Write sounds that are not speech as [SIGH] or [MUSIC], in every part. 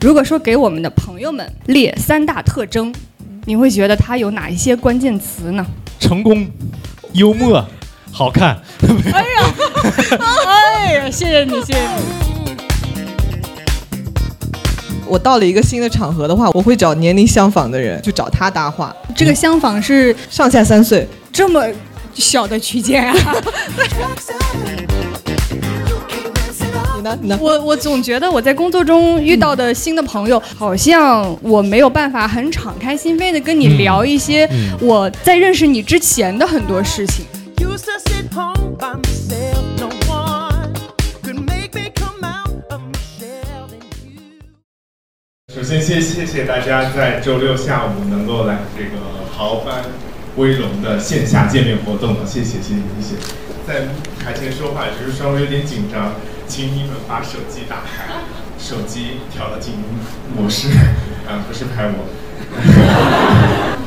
如果说给我们的朋友们列三大特征，你会觉得它有哪一些关键词呢？成功、幽默、好看。哎呀，谢谢你，谢谢你。我到了一个新的场合的话，我会找年龄相仿的人，去找他搭话，这个相仿是上下三岁。这么小的区间啊！你呢？你呢？嗯我我总觉得我在工作中遇到的新的朋友，好像我没有办法很敞开心扉的跟你嗯聊一些嗯我在认识你之前的很多事情。 Used to sit home by myself, no one could make me come out of my shell. And you. 首先先谢谢大家在周六下午能够来这个豪班威龙的线下见面活动，谢谢谢谢谢谢。在台前说话只是稍微有点紧张，请你们把手机打开，手机调到静音模式，啊不是拍我。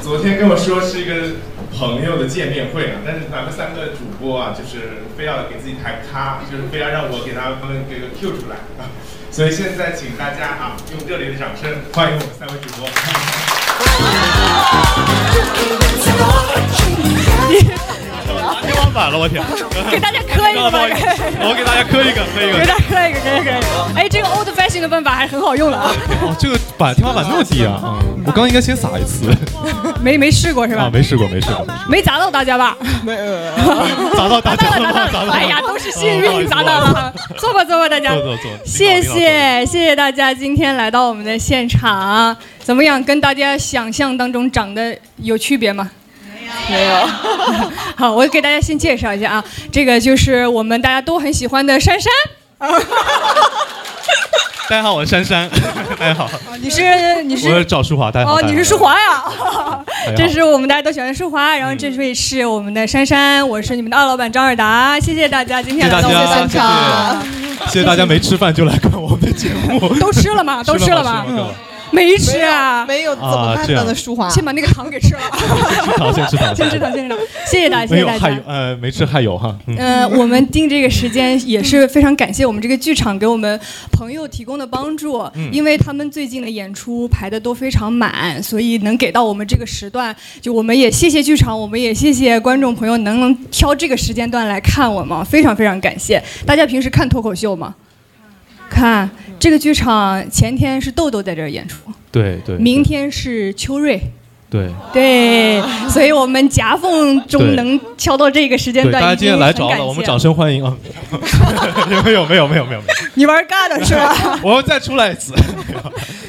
昨天跟我 [LAUGHS] 说是一个朋友的见面会啊，但是咱们三个主播啊，就是非要给自己抬咖，就是非要让我给他们给个 Q 出来啊，所以现在请大家啊，用热烈的掌声欢迎我们三位主播。啊天花板了，我 [LAUGHS] 天！给大家磕一个吧，我给大家磕一个，磕一给大家磕一个，磕一个，磕一个。哎，这个 old fashion 的办法还是很好用的 [LAUGHS] 啊，哦，这个板天花板那么低 [LAUGHS] 啊！啊我刚应该先撒一次没没试过是啊，吧？没试过，没试过，没砸到大家吧？没有， [LAUGHS] 砸到大家了吗？砸到了！哎呀，都是幸哦运砸到。不好了， [LAUGHS] 坐吧坐吧，大意家思。坐坐坐，谢领导领导谢谢谢大家今天来到我们的现场，怎么样？跟大家想象当中长得有区别吗？没有。好，我给大家先介绍一下啊，这个就是我们大家都很喜欢的珊珊，大家好，我是珊 [LAUGHS] 珊，大家好，哦你是你我是是赵淑华，大家好。哦，大家你好是舒，华呀，大家好这是我们大家都喜欢的舒华，嗯然后这位是我们的珊珊，我是你们的二老板张尔达，谢谢大家今天来到我们谢谢大现家场，谢谢大家没吃饭就来看我们的节目，都吃了吗？都吃了吗吗？？吃了吗没吃啊，没有，怎么办呢？舒华，先把那个糖给吃 [LAUGHS] 了，吃糖，先吃 [LAUGHS] 糖，先吃糖，先吃糖，谢谢大家，没谢谢有大还有家。呃没吃还有哈，嗯呃，我们定这个时间也是非常感谢我们这个剧场给我们朋友提供的帮助，因为他们最近的演出排的都非常满，所以能给到我们这个时段，就我们也谢谢剧场，我们也谢谢观众朋友能能挑这个时间段来看我们，非常非常感谢大家。平时看脱口秀吗？看这个剧场前天是豆豆在这儿演出，对对，明天是秋瑞。对对，所以我们夹缝中对能敲到这个时间对，段，大家今天来着已经很感谢了，了，我们掌声欢迎啊！没有没有没有没有没有，你玩尬的是 [LAUGHS] 吧？我要再出来一次。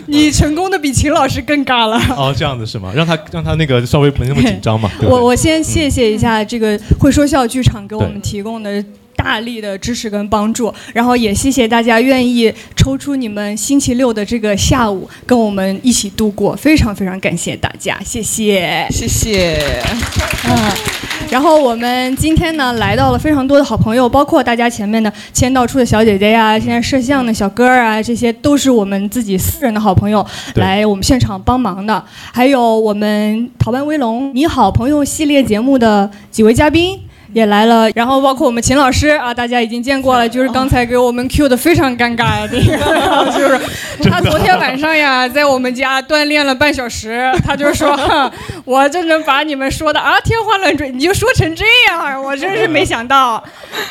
你成功的比秦老师更尬了。哦，这样子是吗？让他让他那个稍微没那么 [LAUGHS] 紧张嘛。对不对我我先谢谢一下这个会说笑剧场给我们对提供的大力的支持跟帮助，然后也谢谢大家愿意抽出你们星期六的这个下午跟我们一起度过，非常非常感谢大家，谢谢。嗯谢谢。 [LAUGHS] 然后我们今天呢来到了非常多的好朋友，包括大家前面的签到处的小姐姐呀，现在摄像的小哥儿啊，这些都是我们自己私人的好朋友对来我们现场帮忙的。还有我们《逃班威龙》你好朋友系列节目的几位嘉宾。也来了，然后包括我们秦老师啊，大家已经见过了，就是刚才给我们 Q 的非常尴尬 [LAUGHS] 呀，这个就是他昨天晚上呀，在我们家锻炼了半小时，他就说，哼 [LAUGHS] 我这能把你们说的啊天花乱坠，你就说成这 [LAUGHS] 样，我真是没想到。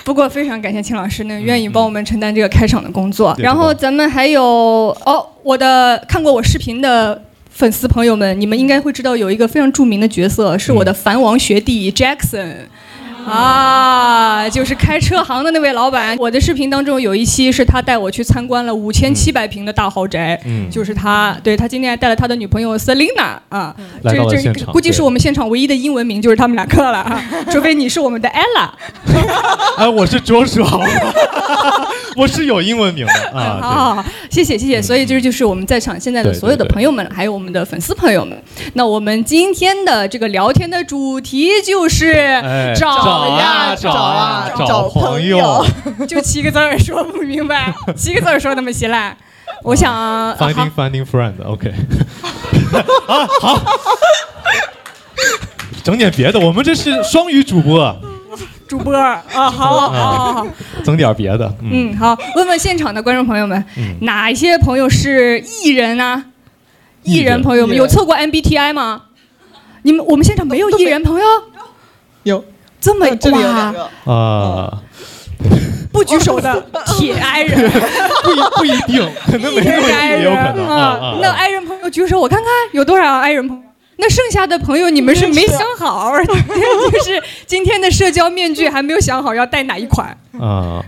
不过非常感谢秦老师能愿意帮我们承担这个开场的工作。对然后咱们还有哦，我的看过我视频的。粉丝朋友们，你们应该会知道有一个非常著名的角嗯色，是我的藩王学弟 Jackson，、啊，就是开车行的那位老板。我的视频当中有一期是他带我去参观了五千七百平的大豪宅，嗯就是他，对他今天还带了他的女朋友 Selina 啊，来到了这现这场估计是对我们现场唯一的英文名就是他们俩个了 [LAUGHS] 啊，除非你是我们的 Ella。哎，我是卓叔，好吗 [LAUGHS] 我是有英文名的好啊。好好， [LAUGHS] 谢谢谢谢。所以这就是我们在场现在的对对所有的对朋友们，还有我们的粉丝朋友们。那我们今天的这个聊天的主题就是哎找呀啊找啊找找朋找朋就七个字儿说不明白，七个字儿说那么稀烂。我想， [LAUGHS] 好，finding finding friend，OK。啊，好，整点别的，我们这是双语主播。主播啊，好好好好，整点别的，嗯，嗯，好，问问现场的观众朋友们，哪一些朋友是艺人啊？艺艺人人朋友们艺人有测过 MBTI 吗？你们我们现场没有艺人朋友，有，这么嗯这里有两哇，个，啊， [LAUGHS] 不举手 [LAUGHS] 的铁 I 人，不一不一定，可能没那么爱也有可能啊啊。。那 I 人朋友举手，我看看有多少 I 人朋友。那剩下的朋友你们是没想好， [LAUGHS] 就是今天的社交面具还没有想好要戴哪一款。啊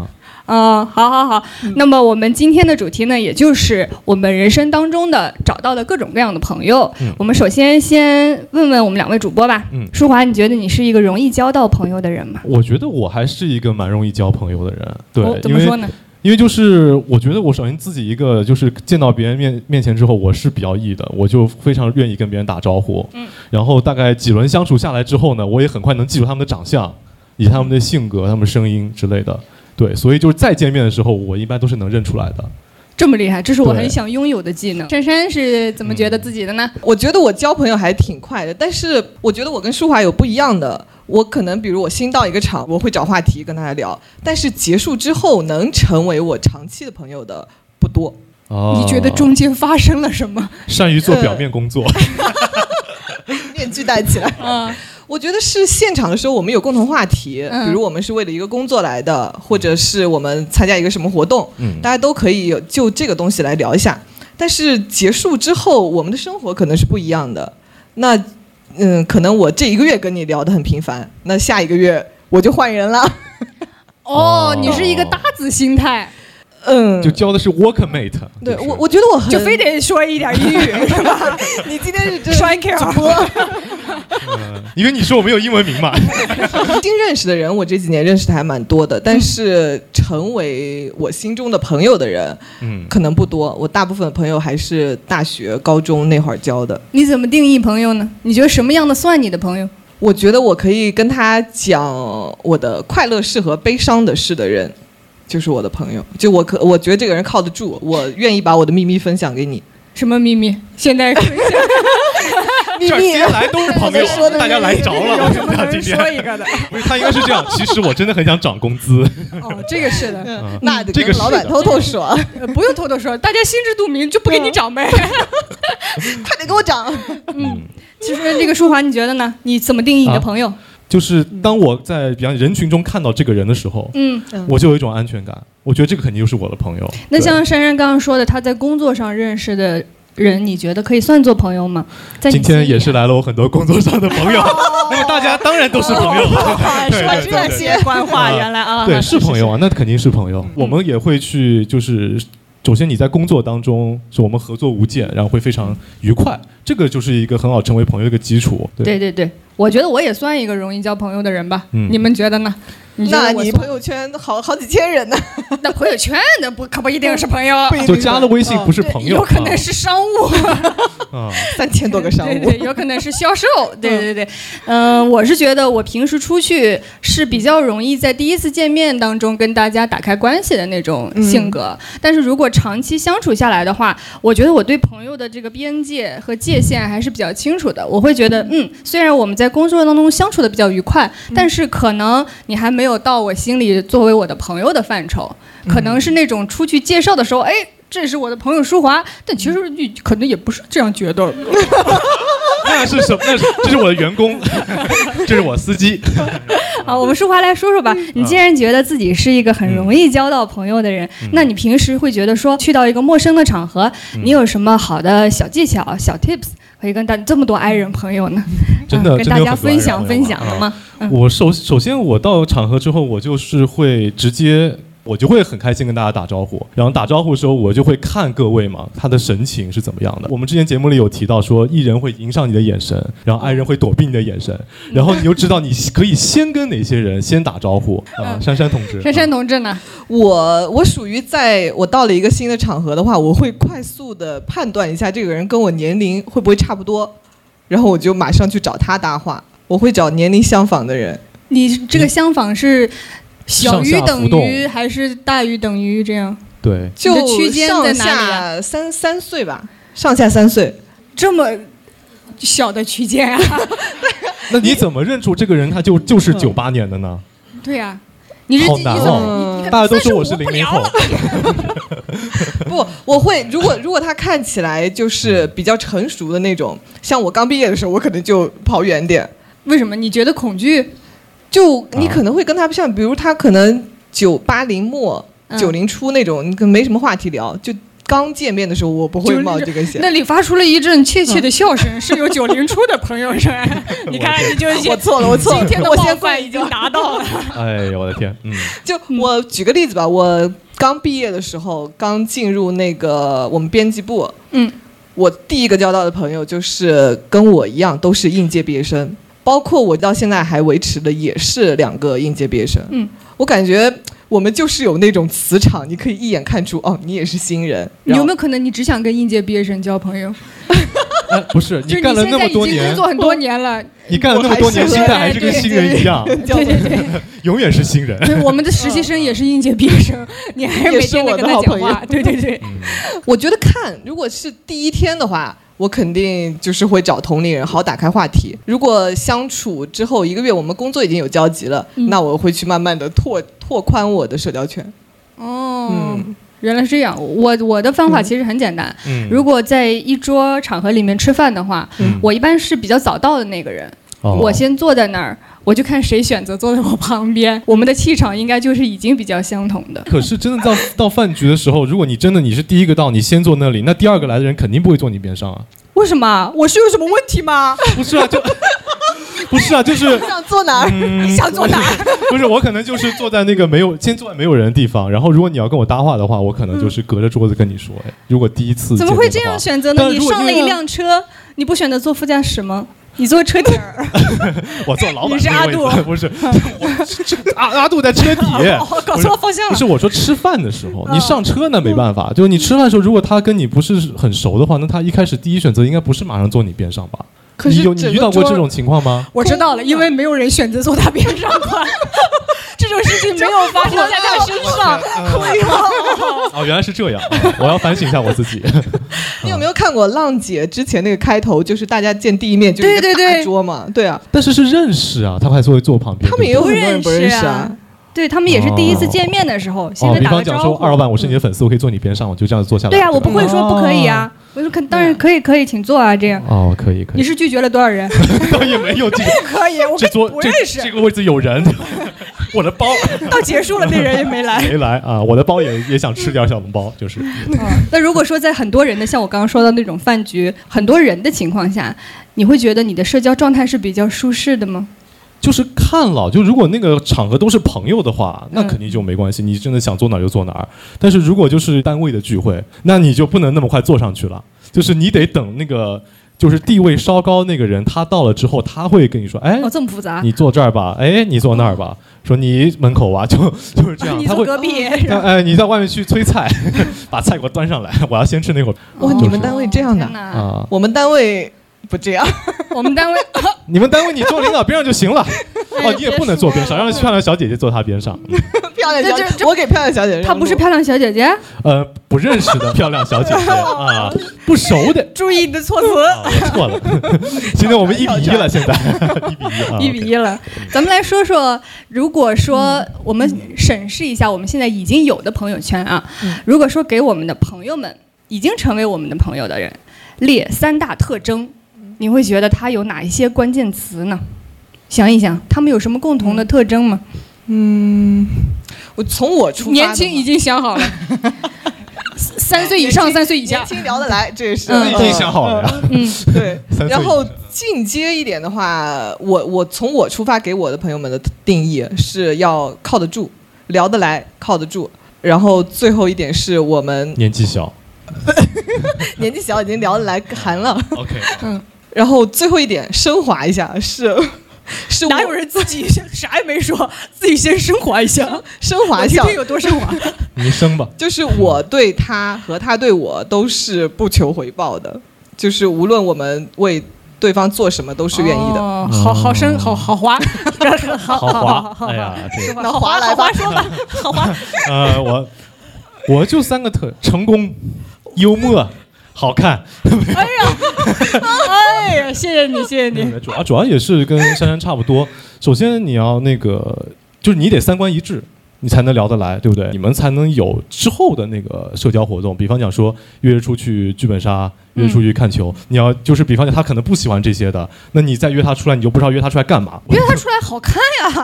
嗯，好好好。那么我们今天的主题呢，也就是我们人生当中的找到的各种各样的朋友。嗯我们首先先问问我们两位主播吧。嗯舒华，你觉得你是一个容易交到朋友的人吗？我觉得我还是一个蛮容易交朋友的人，对，哦怎因么为说呢？因为就是我觉得我首先自己一个就是见到别人面面前之后，我是比较易的，我就非常愿意跟别人打招呼。嗯，然后大概几轮相处下来之后呢，我也很快能记住他们的长相，以及他们的性格、他们声音之类的。对，所以就是再见面的时候，我一般都是能认出来的。这么厉害，这是我对很想拥有的技能。珊珊是怎么觉得自己的呢？ [LAUGHS] 嗯我觉得我交朋友还挺快的，但是我觉得我跟舒华有不一样的。我可能比如我新到一个场，我会找话题跟大家聊，但是结束之后能成为我长期的朋友的不多。哦你觉得中呃间发生了什么？善于做表面工作？ [LAUGHS] 面具戴起来。嗯，我觉得是现场的时候，我们有共同话题，嗯比如我们是为了一个工作来的，或者是我们参加一个什么活动，嗯大家都可以有就这个东西来聊一下。但是结束之后，我们的生活可能是不一样的。那，嗯，可能我这一个月跟你聊得很频繁，那下一个月我就换人了。哦哦，你是一个搭子心态，嗯，就交的是 [LAUGHS] work mate。对就是我，我觉得我很就非得说一点英语是吧？你今天是真栓 Q 嗯因为你说我没有英文名 [LAUGHS] 嘛。曾经认识的人，我这几年认识的还蛮多的，但是成为我心中的朋友的人，嗯，可能不多，我大部分朋友还是大学、高中那会儿交的。你怎么定义朋友呢？你觉得什么样的算你的朋友？我觉得我可以跟他讲我的快乐事和悲伤的事的人，就是我的朋友。就我可，我觉得这个人靠得住，我愿意把我的秘密分享给你。什么秘密？现在 [LAUGHS] 这儿接下来都是朋我友在说，的大家来 [LAUGHS] 着了。我跟你讲今天一个的？不是他应该是 [LAUGHS] 这样。其实我真的很想涨工资。哦，这个是的，嗯那得这个跟是老板的偷偷 [LAUGHS] 说，呃不用偷偷说，大家心知肚明，就不给你长 [LAUGHS] 呗。快点给我讲。嗯。其实这个舒华，你觉得呢？你怎么定义你的朋啊友？就是当我在比方人群中看到这个人的时候，嗯，我就有一种安全感。我觉得这个肯定就是我的朋友。那对像珊珊刚刚说的，她在工作上认识的人，你觉得可以算作朋友吗？在你今天心里也是来了我很多工作上的朋友，那么大家当然都是朋友，对对对对对，官话原来啊 [LAUGHS] 对是朋友啊，那肯定是朋嗯友。我们也会去就是。首先，你在工作当中是我们合作无间，然后会非常愉快，这个就是一个很好成为朋友的一个基础。对，对对对，我觉得我也算一个容易交朋友的人吧。嗯你们觉得呢？你觉得那我你算朋友圈好好几千人呢， [LAUGHS] 那朋友圈那不可不一定是朋友，就加了微信不是对朋友，有可能是商务。啊，啊 [LAUGHS] 三千多个商务。对对，有可能是销 [LAUGHS] 售。对对对，嗯、我是觉得我平时出去是比较容易在第一次见面当中跟大家打开关系的那种性格，嗯但是如果长期相处下来的话，我觉得我对朋友的这个边界和界限还是比较清楚的。我会觉得，嗯，虽然我们在工作当中相处的比较愉快，嗯但是可能你还没有到我心里作为我的朋友的范畴，嗯可能是那种出去介绍的时候，哎。这是我的朋友舒华，但其嗯实你可能也不是这样觉得，那是什么？那是这是我的员工， [LAUGHS] 这是我司机。 [LAUGHS] 好，我们舒华来说说吧。嗯你既然觉得自己是一个很容易交到朋友的人，嗯那你平时会觉得说去到一个陌生的场合，你有什么好的小技巧、小 tips 可以跟大这么多 i 人朋友呢？ [LAUGHS] 真的啊真的跟大有家很多 I 分人享朋分友啊享啊了吗？嗯我首首先我到场合之后，我就是会直接。我就会很开心跟大家打招呼，然后打招呼的时候，我就会看各位嘛，他的神情是怎么样的。我们之前节目里有提到说，艺人会迎上你的眼神，然后爱人会躲避你的眼神，嗯然后你就知道你可以先跟哪些人先打招呼啊。珊珊同志，嗯珊珊同志呢？我我属于在我到了一个新的场合的话，我会快速的判断一下这个人跟我年龄会不会差不多，然后我就马上去找他搭话。我会找年龄相仿的人，你这个相仿是小上于下等浮动于还是大于等于这样？对，你就的区间在哪里上啊下三三岁吧，上下三岁。这么小的区间啊？嗯那你怎么认出这个人他就就是九八年的呢？ [LAUGHS] 对啊呀、你是好你难怎哦么？你你大家都说我我是不零零聊后了，不，我会如果如果他看起来就是比较成熟的那种，像我刚毕业的时候，我可能就跑远点。为什么你觉得恐惧？就你可能会跟他像，比如他可能九八零末、嗯九零初那种，你可能没什么话题聊，就刚见面的时候，我不会90冒这个险。那里发出了一阵怯怯的笑声，是有九零初的朋友是吧？你看，你就已经我错了，我错了，今天的我先冒犯已经达到了。哎呦我的天，嗯， [LAUGHS] 就我举个例子吧，我刚毕业的时候，刚进入那个我们编辑部，嗯，我第一个交到的朋友就是跟我一样都是应届毕业生，包括我到现在还维持的也是两个应届毕业生，嗯，我感觉我们就是有那种磁场，你可以一眼看出哦，你也是新人，你有没有？有可能你只想跟应届毕业生交朋友？哎不是就你是干你了现那在么已多经工年，作很多年了，你干了那么多年，我还是现在还是跟对新人一样，对对 [LAUGHS] 对，永远是新人。对，我们的实习生也是应届毕业生，你还是每天得跟他讲也是我的好话， [LAUGHS] 对对对，我觉得看，如果是第一天的话，我肯定就是会找同龄人好打开话题。如果相处之后一个月，我们工作已经有交集了，嗯那我会去慢慢的拓拓宽我的社交圈。哦。嗯，原来是这样，我我的方法其实很简单。嗯，如果在一桌场合里面吃饭的话，嗯我一般是比较早到的那个人，哦我先坐在那儿，我就看谁选择坐在我旁边。我们的气场应该就是已经比较相同的。可是真的到到饭局的时候，如果你真的你是第一个到，你先坐那里，那第二个来的人肯定不会坐你边上啊。为什么？我是有什么问题吗？不是啊，就 [LAUGHS] 不是啊， [LAUGHS] 就是嗯想坐哪儿？你想坐哪儿？ [LAUGHS] 不是我可能就是坐在那个没有先坐在没有人的地方，然后如果你要跟我搭话的话，我可能就是隔着桌子跟你说。哎，如果第一次怎么见会面的这样话选择但呢？是你如果上了一辆车，你不选择坐副驾驶吗？你坐车底儿，我坐老板你是那阿个位杜哦置 [LAUGHS] [LAUGHS] 不是 [LAUGHS] 我这阿阿杜在车底，搞错方向了不嗯是。我说吃饭的时候，你上车那没办法，就是你吃饭的时候，如果他跟你不是很熟的话，那他一开始第一选择应该不是马上坐你边上吧？可你是有你整遇个到过桌这种情况吗？ [LAUGHS] 我知道了，因为没有人选择坐他边上吧。 [LAUGHS] 这种事情没有发生在他身 [LAUGHS] 上。哎哦，原来是这样，啊我要反省一下我自己。 [LAUGHS] 啊你有没有看过浪姐之前那个开头，就是大家见第一面就是一对个对对大桌嘛？对啊，但是是认识啊，他还是会坐我旁边。他们也有对很多人不认识不认识啊。对他们也是第一次见面的时候，不对先哦，得比打方个讲招说，呼。二老板，我是你的粉丝，我可以坐你边上，我就这样坐下来。对呀、啊我吧不会说不可以啊，我说可当然可以，可以，请坐啊，这样。哦，可以可你以，是拒绝了多少人？ [LAUGHS] 倒也没有这个可以，我这桌不这认识这个位置有人，我的包到结束了，那人也没来。没来啊，我的包也也想吃点小笼包，就是 [LAUGHS] 那如果说在很多人的，像我刚刚说到那种饭局，很多人的情况下，你会觉得你的社交状态是比较舒适的 [LAUGHS] 吗？就是看了，就如果那个场合都是朋友的话，那嗯肯定就没关系，你真的想坐哪儿就坐哪儿。但是如果就是单位的聚会，那你就不能那么快坐上去了，就是你得等那个就是地位稍高那个人他到了之后，他会跟你说，哎 [LAUGHS] 哦，，这么复杂？你坐这儿吧，哎，你坐那儿吧，说你门口啊，就就是这样，你他坐会。隔壁，哎，哦哎你在外面去催菜， [LAUGHS] 把菜给我端上来，我要先吃那会儿哦哇，就是你们单位这样的天？哪！啊。我们单位不这样。 [LAUGHS] 我们单位你们单位你坐领导边上就 [LAUGHS] 行了，哦，你也不能坐边别说上，了让漂亮小姐姐坐他边上。嗯 [LAUGHS] 漂亮这小这姐，我给漂亮小姐让路。她不是漂亮小姐姐，呃，不认识的漂亮小姐姐啊，不熟的。注意你的措辞。啊，我错了，今天我们一比一了，现在一比嗯一啊，一比 OK 一了。咱们来说说，如果说嗯我们审视一下我们现在已经有的朋友圈啊，嗯如果说给我们的朋友们已经成为我们的朋友的人列三大特征，你会觉得他有哪一些关键词呢？想一想，他们有什么共嗯同的特征吗？ [LAUGHS] 嗯我从我出发的嘛，年轻已经想 [LAUGHS] 好了，三岁以上，三岁以下年。轻聊得来，这也是嗯那已经想好了呀。嗯，对三岁以。然后进阶一点的话，我我从我出发给我的朋友们的定义是要靠得住，聊得来，靠得住。然后最后一点是我们 [LAUGHS] 年纪小 [LAUGHS] 年纪小已经聊得来寒了。嗯，OK，然后最后一点升华一下是。 [LAUGHS] 是我哪有人自己啥也没说，自己先升华一下？ [LAUGHS] 升华一今下？天有多升华？ [LAUGHS] 你生吧。就是我对他和他对我都是不求回报的，就是无论我们为对方做什么都是愿意的。哦、嗯好好生，好好滑， [LAUGHS] 好豪华，哎呀，这个，好滑来好吧滑说吧，好滑。 [LAUGHS] 呃，我我就三个特：成功、幽默、好看。哎呀，谢谢你，谢谢你。主要主要也是跟珊珊差不多。首先你要那个就是你得三观一致，你才能聊得来，对不对？你们才能有之后的那个社交活动，比方讲说约出去剧本杀，约出去看球。你要就是比方讲他可能不喜欢这些的，那你再约他出来，你就不知道约他出来干嘛。约他出来好看 [LAUGHS] 呀，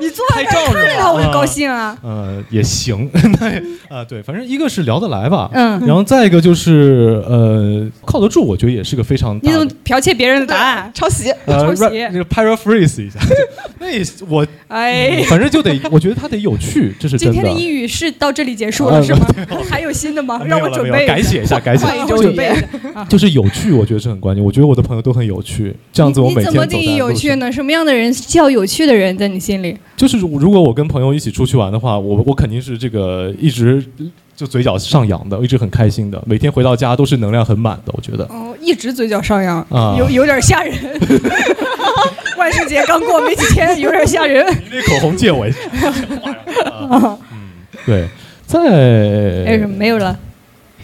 你坐在这儿看着他，嗯我就高兴啊。呃，也行， [LAUGHS] 那啊，对，反正一个是聊得来吧，嗯然后再一个就是呃，靠得住，我觉得也是个非常大你的怎么剽窃别人的答案？抄袭。呃抄袭 rap- 那个 [LAUGHS] paraphrase 一下，那也是我哎，嗯反正就得，我觉得他得有趣，这是真今的。天的英语是到这里结束了是吗？还有新的吗？没有让我了准没有备改写一下，改写换一就种是语言。啊就是有趣，我觉得是很关键。我觉得我的朋友都很有趣，这样子我你每怎天么走定在义有路趣上？呢？什么样的人叫有趣的人，在你心 [LAUGHS] 里？就是如如果我跟朋友一起出去玩的话，我我肯定是这个一直就嘴角上扬的，我一直很开心的，每天回到家都是能量很满的。我觉得哦，一直嘴角上扬，啊有有点吓 [LAUGHS] 人。万圣节刚过没几天，有点吓人。你那口红借我一下。啊嗯， [LAUGHS] 对，在还哎有什哎么没有了？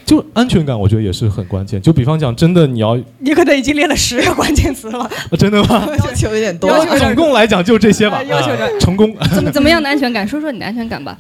就安全感，我觉得也是很关键。就比方讲，真的你要、你可能已经列了十个关键词了。啊真的吗？ [LAUGHS] 要求有点多，我 [LAUGHS] 总共来讲就 [LAUGHS] 这些吧。啊要求这啊成功 [LAUGHS] 怎么怎么样的安全感？说说你的安全感吧。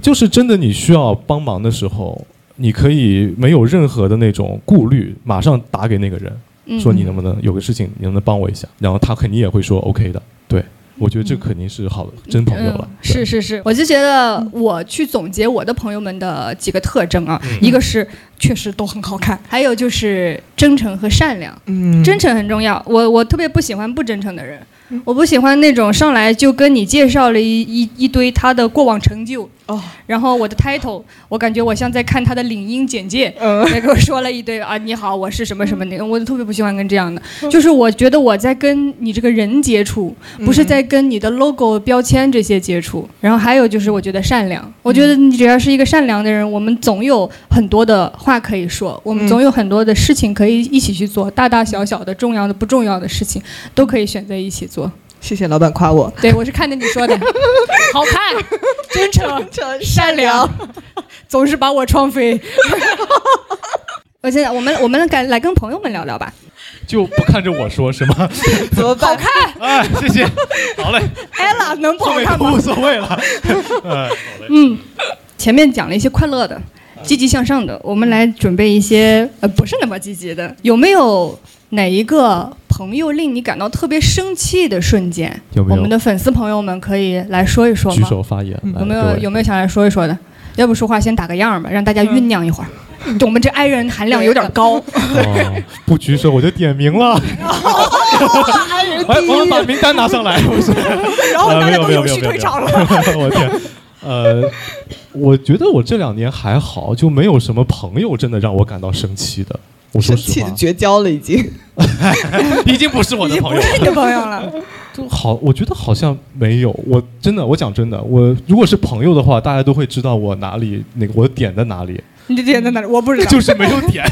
就是真的，你需要帮忙的时候，你可以没有任何的那种顾虑，马上打给那个人，嗯，说你能不能有个事情，你能不能帮我一下？然后他肯定也会说 OK 的。嗯对，我觉得这肯定是好的，真朋友了。嗯。是是是，我就觉得我去总结我的朋友们的几个特征啊，一个是确实都很好看，还有就是真诚和善良。嗯真诚很重要，我我特别不喜欢不真诚的人，我不喜欢那种上来就跟你介绍了一一一堆他的过往成就，哦，然后我的 title，我感觉我像在看他的领英简介，嗯也给我说了一堆啊，你好，我是什么什么那个，我特别不喜欢跟这样的，嗯就是我觉得我在跟你这个人接触，不是在跟你的 logo 标签这些接触。然后还有就是，我觉得善嗯良，我觉得你只要是一个善良的人，我们总有很多的话可以说，我们嗯总有很多的事情可以一起去做，大大小小的、重要的、不重要的事情都可以选择一起做。 [LAUGHS] 谢谢老板夸我，对我是看着你 [LAUGHS] 说的，好看、真诚、善良，总是把我撞飞。我现在我们我们来来跟朋友们聊聊吧。就不看着我说是吗？ [LAUGHS] 怎么 [LAUGHS] 办？哎，谢谢，[LAUGHS] 好嘞， Ella 能不后好面看都吗？无所谓了。 [LAUGHS] 哎嗯，前面讲了一些快乐的、积极向上的，我们来准备一些呃不是那么积极的。有没有哪一个朋友令你感到特别生气的瞬间？有没有我们的粉丝朋友们可以来说一说举吗？手发言，有来没各有位有没有想来说一说的？要不说话先打个样儿吧，让大家酝酿一会儿。我嗯们这 i 人含量有点 [LAUGHS] 高，哦，不举手我就点名了。哎，我们把名单拿上来，不是？ [LAUGHS] 然后呃大没家有都没有有序没有退场了。没有 [LAUGHS] 我天，呃，我觉得我这两年还好，就没有什么朋友真的让我感到生气的。我说生实气话，绝交了已经。 [LAUGHS] 已经不是我已的经朋不友了是。你的朋友 [LAUGHS] 了，就好，我觉得好像没有。我真的，我讲真的，我如果是朋友的话，大家都会知道我哪里那个我点在哪里，你这点在哪里？我不知道。就是没有 [LAUGHS] 点。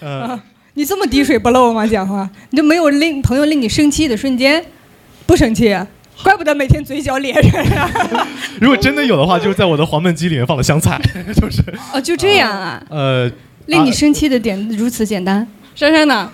呃，你这么滴水不漏吗？讲话，你就没有令朋友令你生气的瞬间？不生气、啊，怪不得每天嘴角咧着啊！如果真的有的话，就是在我的黄焖鸡里面放了香菜， [LAUGHS] [LAUGHS] 就是哦，就这样啊，呃，令你生气的点如此简单。珊珊呢？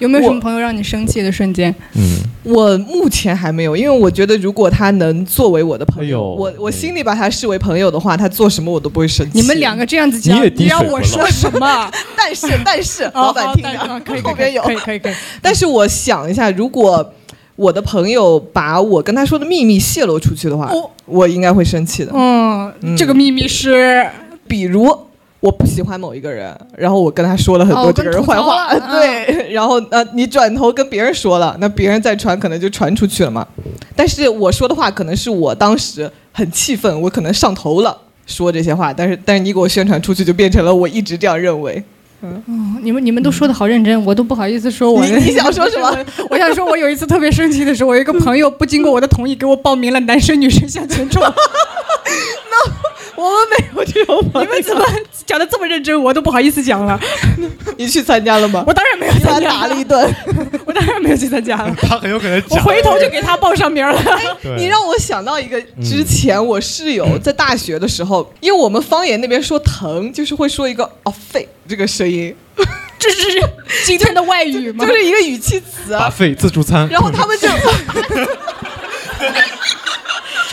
有没有什么朋友让你生气的瞬间？嗯，我目前还没有，因为我觉得如果他能作为我的朋哎呦友，我我心里把他视为朋友的话，他做什么我都不会生气。你们两个，个这样子讲，你你也滴水让我说什么？ [LAUGHS] 但是但是，老板听哦好着可以，， [LAUGHS] 后可以边有可。以可以可以。但是我想一下，如果我的朋友把我跟他说的秘密泄露出去的话哦，我应该会生气的。嗯，嗯这个秘密是比如我不喜欢某一个人，然后我跟他说了很哦多这个人坏话，跟吐槽 [LAUGHS] 了对，然后呃，你转头跟别人说了，那别人再传可能就传出去了嘛。但是我说的话可能是我当时很气愤，我可能上头了。说这些话，但是但是你给我宣传出去，就变成了我一直这样认为。哦你们你们都说的好认真，我都不好意思说我。你你想说什么？ [LAUGHS] 我想说，我有一次特别生气的时候，我有一个朋友不经过我的同意给我报名了男生女生向 [LAUGHS] 前冲。我们没有这种朋你友，们怎么讲的这么认真？我都不好意思讲了。你去参加了吗？我当然没有你把参他打加了一 [LAUGHS] 顿。我当然没有去参加了。 [LAUGHS] 他很有可能我讲。回头就给他报上 [LAUGHS] 名了。对哎嗯你让我想到一个，之前我室友在大学的时候，因为我们方言那边说疼，就是会说一个哦肺这个声音，这是 [LAUGHS] 今天的外语吗就？是一个语气词把啊。费自助餐，然后他们就，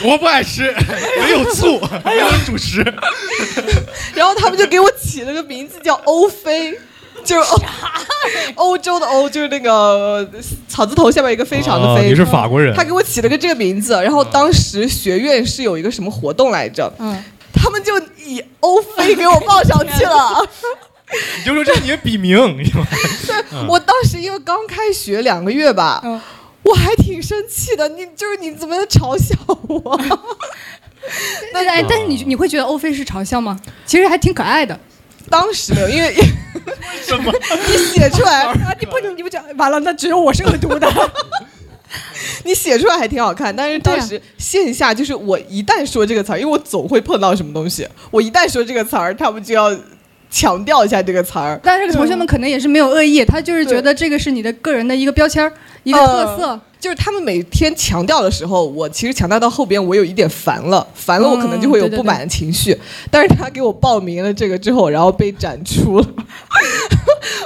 [LAUGHS] 我不爱吃，没有醋，没有主食。然后他们就给我起了个名字叫欧菲，就是欧欧洲的欧，就是那个草字头下面一个非常的哦非。你是法国人啊他给我起了个这个名字，然后当时学院是有一个什么活动来着，嗯，他们就以欧菲给我报上去了。 [LAUGHS] 你就说这是你的笔名，是吗 [LAUGHS] 我当时因为刚开学两个月吧，嗯我还挺生气的。你就是你怎么能嘲笑我？但是哎，但是你你会觉得欧菲是嘲笑吗？其实还挺可爱的。当时没有，因为为什 [LAUGHS] 么？你写出来，啊，你不你不讲完了，那只有我是恶毒的。 [LAUGHS] 你写出来还挺好看，但是当对啊时线下就是我一旦说这个词儿，因为我总会碰到什么东西，我一旦说这个词儿，他们就要强调一下这个词儿。但是同学们可能也是没有恶意，他就是觉得这个是你的个人的一个标签儿，一个特色。呃就是他们每天强调的时候，我其实强调到后边，我有一点烦了，烦了我可能就会有嗯对对不满的情绪。但是他给我报名了这个之后，然后被斩出了， [LAUGHS]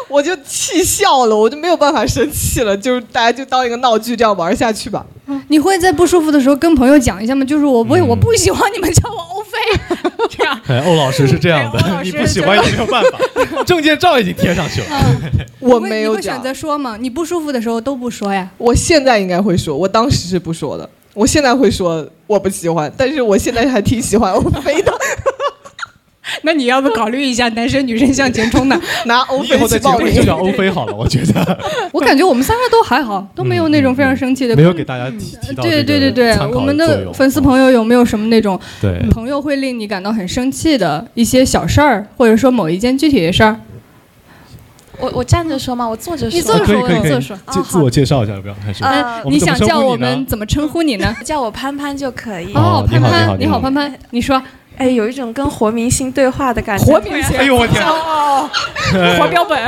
我就气笑了，我就没有办法生气了，就是大家就当一个闹剧这样玩下去吧。你会在不舒服的时候跟朋友讲一下吗？就是我嗯不、我不喜欢你们叫我欧菲，这样。 [LAUGHS] 哎，欧老师是这样对欧的，老师你不喜欢也没有办 [LAUGHS] 法，证件照已经贴上去了。嗯我你会没有你会这样选择说吗？你不舒服的时候都不说呀。我现在应该会说，我当时是不说的。我现在会说我不喜欢，但是我现在还挺喜欢欧菲的， [LAUGHS] 那你要不考虑一下男生女生向前 [LAUGHS] 冲呢？拿欧你以菲后去在节报目里就名。叫欧菲好了，我觉得我感觉我们三个都还好，都没有那种非常生气的。没有给大家提提到这嗯对个对对对，参考我们作的用粉丝朋友有没有什么那种嗯对朋友会令你感到很生气的一些小事儿，或者说某一件具体的事儿？我我站着说吗？我坐着说。你坐着可以说可以我可以坐着说啊自哦自我介绍一下，要不要？还是呃嗯我们你怎么想称叫呼我你呢们怎么称呼你呢？ [LAUGHS] 叫我潘潘就可以。哦潘你好潘，你好你好潘潘，你说哎，有一种跟活明星对话的感觉。活明星哎呦我天， [LAUGHS] 活标本，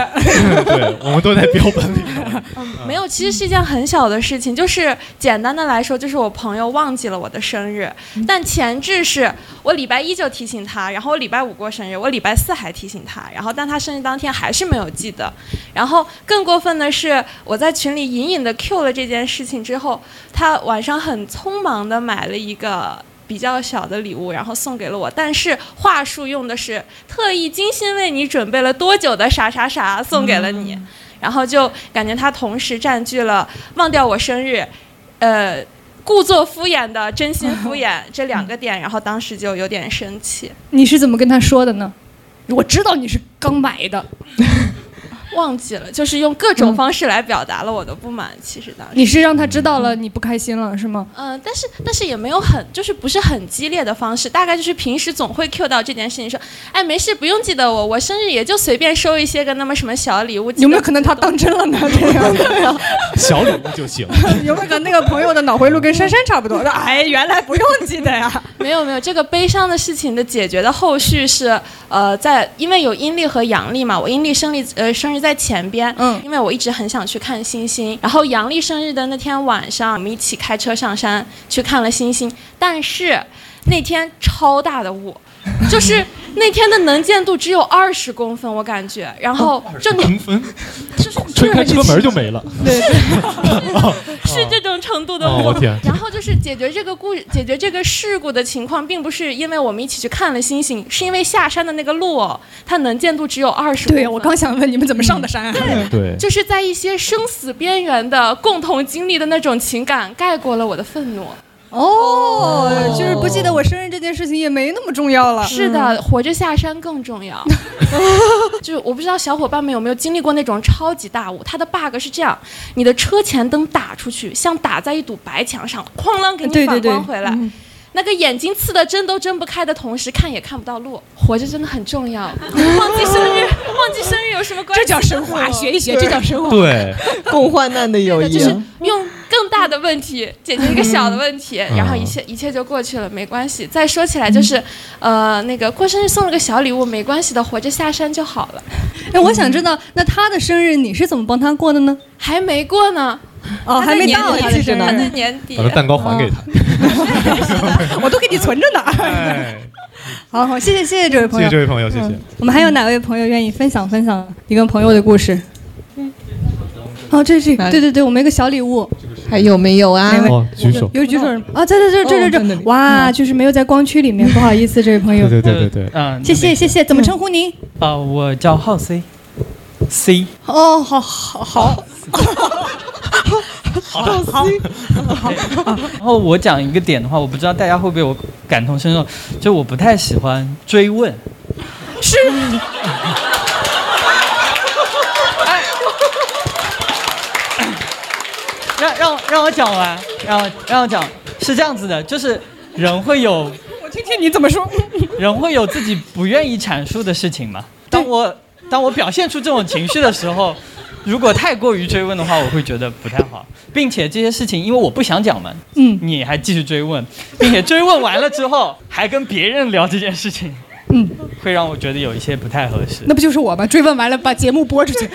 对，我们都在标 [LAUGHS] 本里面。没有，其实是一件很小的事情，就是简单的来说，就是我朋友忘记了我的生日，但前置是我礼拜一就提醒他，然后我礼拜五过生日，我礼拜四还提醒他，然后但他生日当天还是没有记得。然后更过分的是，我在群里隐隐的 Q 了这件事情之后，他晚上很匆忙的买了一个。比较小的礼物，然后送给了我，但是话术用的是特意精心为你准备了多久的啥啥啥送给了你，然后就感觉他同时占据了忘掉我生日，呃，故作敷衍的真心敷 [LAUGHS] 衍这两个点，然后当时就有点生气，你是怎么跟他说的呢？我知道你是刚买的， [LAUGHS] 忘记了，就是用各种方式来表达了我的不满。其实当时，你是让他知道了你不开心了是吗？嗯、但是但是也没有很，就是不是很激烈的方式，大概就是平时总会 Q 到这件事情，说，哎，没事，不用记得我，我生日也就随便收一些个那么什么小礼物。记得有没有可能他当真了呢？这样小礼物就行。有没有可能那个朋友的脑回路跟珊珊差不多？ [LAUGHS] 哎，原来不用记得呀。 [LAUGHS] 没有没有，这个悲伤的事情的解决的后续是，呃，在因为有阴历和阳历嘛，我阴历生日呃生日在前边，嗯因为我一直很想去看星星，然后阳历生日的那天晚上，我们一起开车上山去看了星星，但是那天超大的雾，就是那天的能见度只有二十公分，我感觉，然后就你零分，吹开车门就没了。 [LAUGHS] 是这种程度的哦雾。我天然后就是解决这个故解决这个事故的情况，并不是因为我们一起去看了星星，是因为下山的那个路哦，它能见度只有二十。嗯对呀，我刚想问你们怎么上的山啊？嗯对，就是在一些生死边缘的共同经历的那种情感，盖过了我的愤怒。 [LAUGHS] 哦，就是不记得我生日这件事情也没那么重要了。是的，活着下山更重 [LAUGHS] 要。就是我不知道小伙伴们有没有经历过那种超级大雾，它的 bug 是这样：你的车前灯打出去，像打在一堵白墙上，哐啷给对你对反对光回来。那个眼睛刺的睁都睁不开的同时，看也看不到路，活着真的很重要。 [LAUGHS] 忘记生日，忘记生日有什么关系？这叫升华，啊学一学，这叫升华。 [LAUGHS] 对，共患难的友谊就，是用更大的问题解决一个小的问题，然后一切一切就过去了，没关系。再说起来就是，呃，那个过生日送了个小礼物，没关系的，活着下山就好了。哎，我想知道，那他的生日你是怎么帮他过的呢？还没过呢，哦，还没到他的生还在日，年底 [LAUGHS] 把。那蛋糕还给他。 [LAUGHS] 我都给你存着呢。哎，好好，谢谢谢谢这位谢朋谢友。这位朋友，谢谢嗯。我们还有哪位朋友愿意分享分享你跟朋友的故事？嗯，哦，这是来对对对，我们有一个小礼物，还有没有啊？哦，举手。有举手人啊，在在这这这这，哇，就是没有在光区里面， [LAUGHS] 不好意思，这位朋友对。对对对对，嗯，谢谢谢谢，怎么称呼您？啊，我叫浩 C。C [LAUGHS] 哦，好好好，好好，哎啊然后我讲一个点的话，我不知道大家会不会有感同身受，就我不太喜欢追问，是哎让让我让我讲完，让我让我讲，是这样子的，就是人会有 [LAUGHS] 我听听你怎么说。人会有自己不愿意阐述的事情嘛。当我当我表现出这种情绪的时候，如果太过于追问的话，我会觉得不太好，并且这些事情因为我不想讲嘛，嗯你还继续追问，并且追问完了之后还跟别人聊这件事情，嗯，会让我觉得有一些不太合适。那不就是我吗？追问完了，把节目播出去。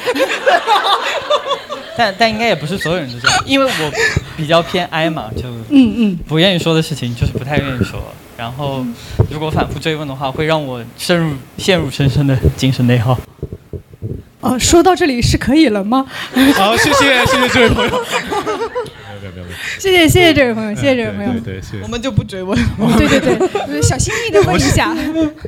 但但应该也不是所有人都这样，因为我比较偏 I 嘛，就嗯嗯，不愿意说的事情就是不太愿意说。然后，如果反复追问的话，会让我深入陷入深深的精神内耗。啊，说到这里是可以了吗？好，谢谢谢谢这位朋友。没有没有没有没有， [LAUGHS] 谢谢谢谢这位朋友，谢谢这位哎朋友对。对，谢我谢。们就不追问。对对对，就是小心翼翼的问一 [LAUGHS] 下。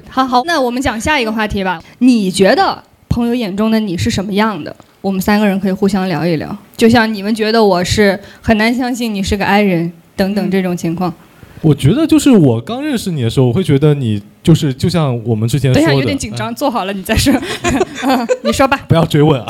好好，那我们讲下一个话题吧。你觉得朋友眼中的你是什么样的？我们三个人可以互相聊一聊，就像你们觉得我是很难相信你是个 i 人等嗯等这种情况。我觉得就是我刚认识你的时候，我会觉得你就是就像我们之前等一下说的，有点紧嗯，张，坐好了你再 [LAUGHS] 说。嗯你说吧，不要追问啊。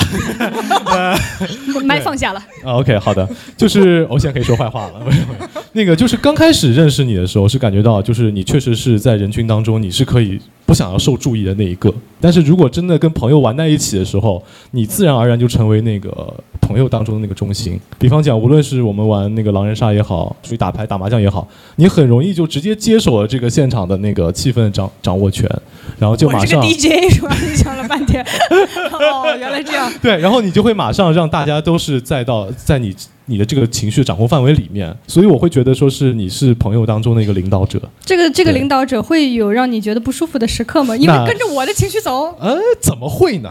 麦放下了。啊，OK，好的，就是哦我现在可以说坏话了。没有没有那个就是刚开始认识你的时候，是感觉到就是你确实是在人群当中，你是可以不想要受注意的那一个。但是如果真的跟朋友玩在一起的时候，你自然而然就成为那个朋友当中的那个中心。比方讲，无论是我们玩那个狼人杀也好，出去打牌打麻将也好，你很容易就直接接手了这个现场的那个气氛掌掌握权，然后就马我是个上 DJ 是吧？你想了半天， [LAUGHS] 哦，原来这样。 [LAUGHS] 对，然后你就会马上让大家都是在到在你你的这个情绪掌控范围里面，所以我会觉得说是你是朋友当中的一个领导者。这个这个对领导者会有让你觉得不舒服的时刻吗？因为那跟着我的情绪走，呃，怎么会呢？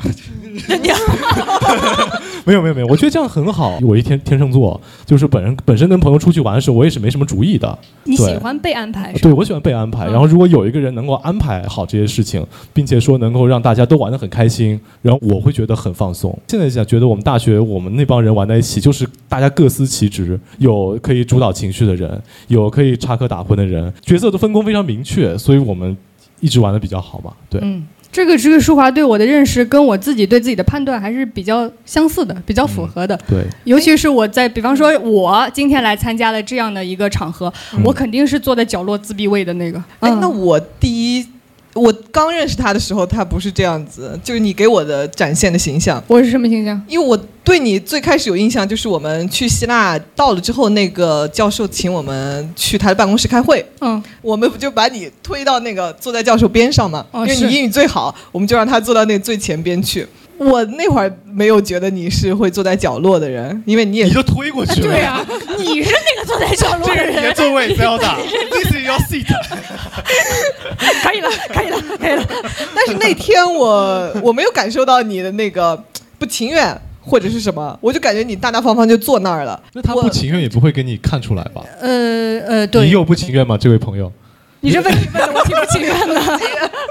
没有没有没有，我觉得这样很好。我一天天秤座，就是本人本身跟朋友出去玩的时候，我也是没什么主意的。你喜对欢被安排是吧？对我喜欢被安排，嗯然后如果有一个人能够安排好这些事情，并且说能够让大家都玩得很开心，然后我会觉得很放松。现在想觉得我们大学我们那帮人玩在一起，就是大家各司其职，有可以主导情绪的人，有可以插科打诨的人，角色的分工非常明确，所以我们一直玩的比较好嘛。对，嗯，这个这个舒华对我的认识跟我自己对自己的判断还是比较相似的，比较符合嗯的。对，尤其是我在，比方说我今天来参加了这样的一个场合，嗯我肯定是坐在角落自闭位的那个。哎嗯，那我第一，我刚认识他的时候，他不是这样子，就是你给我的展现的形象。我是什么形象？因为我对你最开始有印象，就是我们去希腊到了之后，那个教授请我们去他的办公室开会，嗯，我们不就把你推到那个坐在教授边上嘛？哦因为是你英语最好，我们就让他坐到那最前边去。我那会儿没有觉得你是会坐在角落的人，因为你也你就推 [LAUGHS] 过去了。对 [LAUGHS] 啊，你是那个坐在角落这的个你的人，座位不要 [LAUGHS] 打，This is your seat。可以了，可以了，可以了。 [LAUGHS] 但是那天我我没有感受到你的那个不情愿或者是什么，我就感觉你大大方方就坐那儿了。那他我不情愿也不会给你看出来吧？呃呃，你对，有不情愿吗，这位朋 [LAUGHS] 友？你这问题问的我挺不情愿的。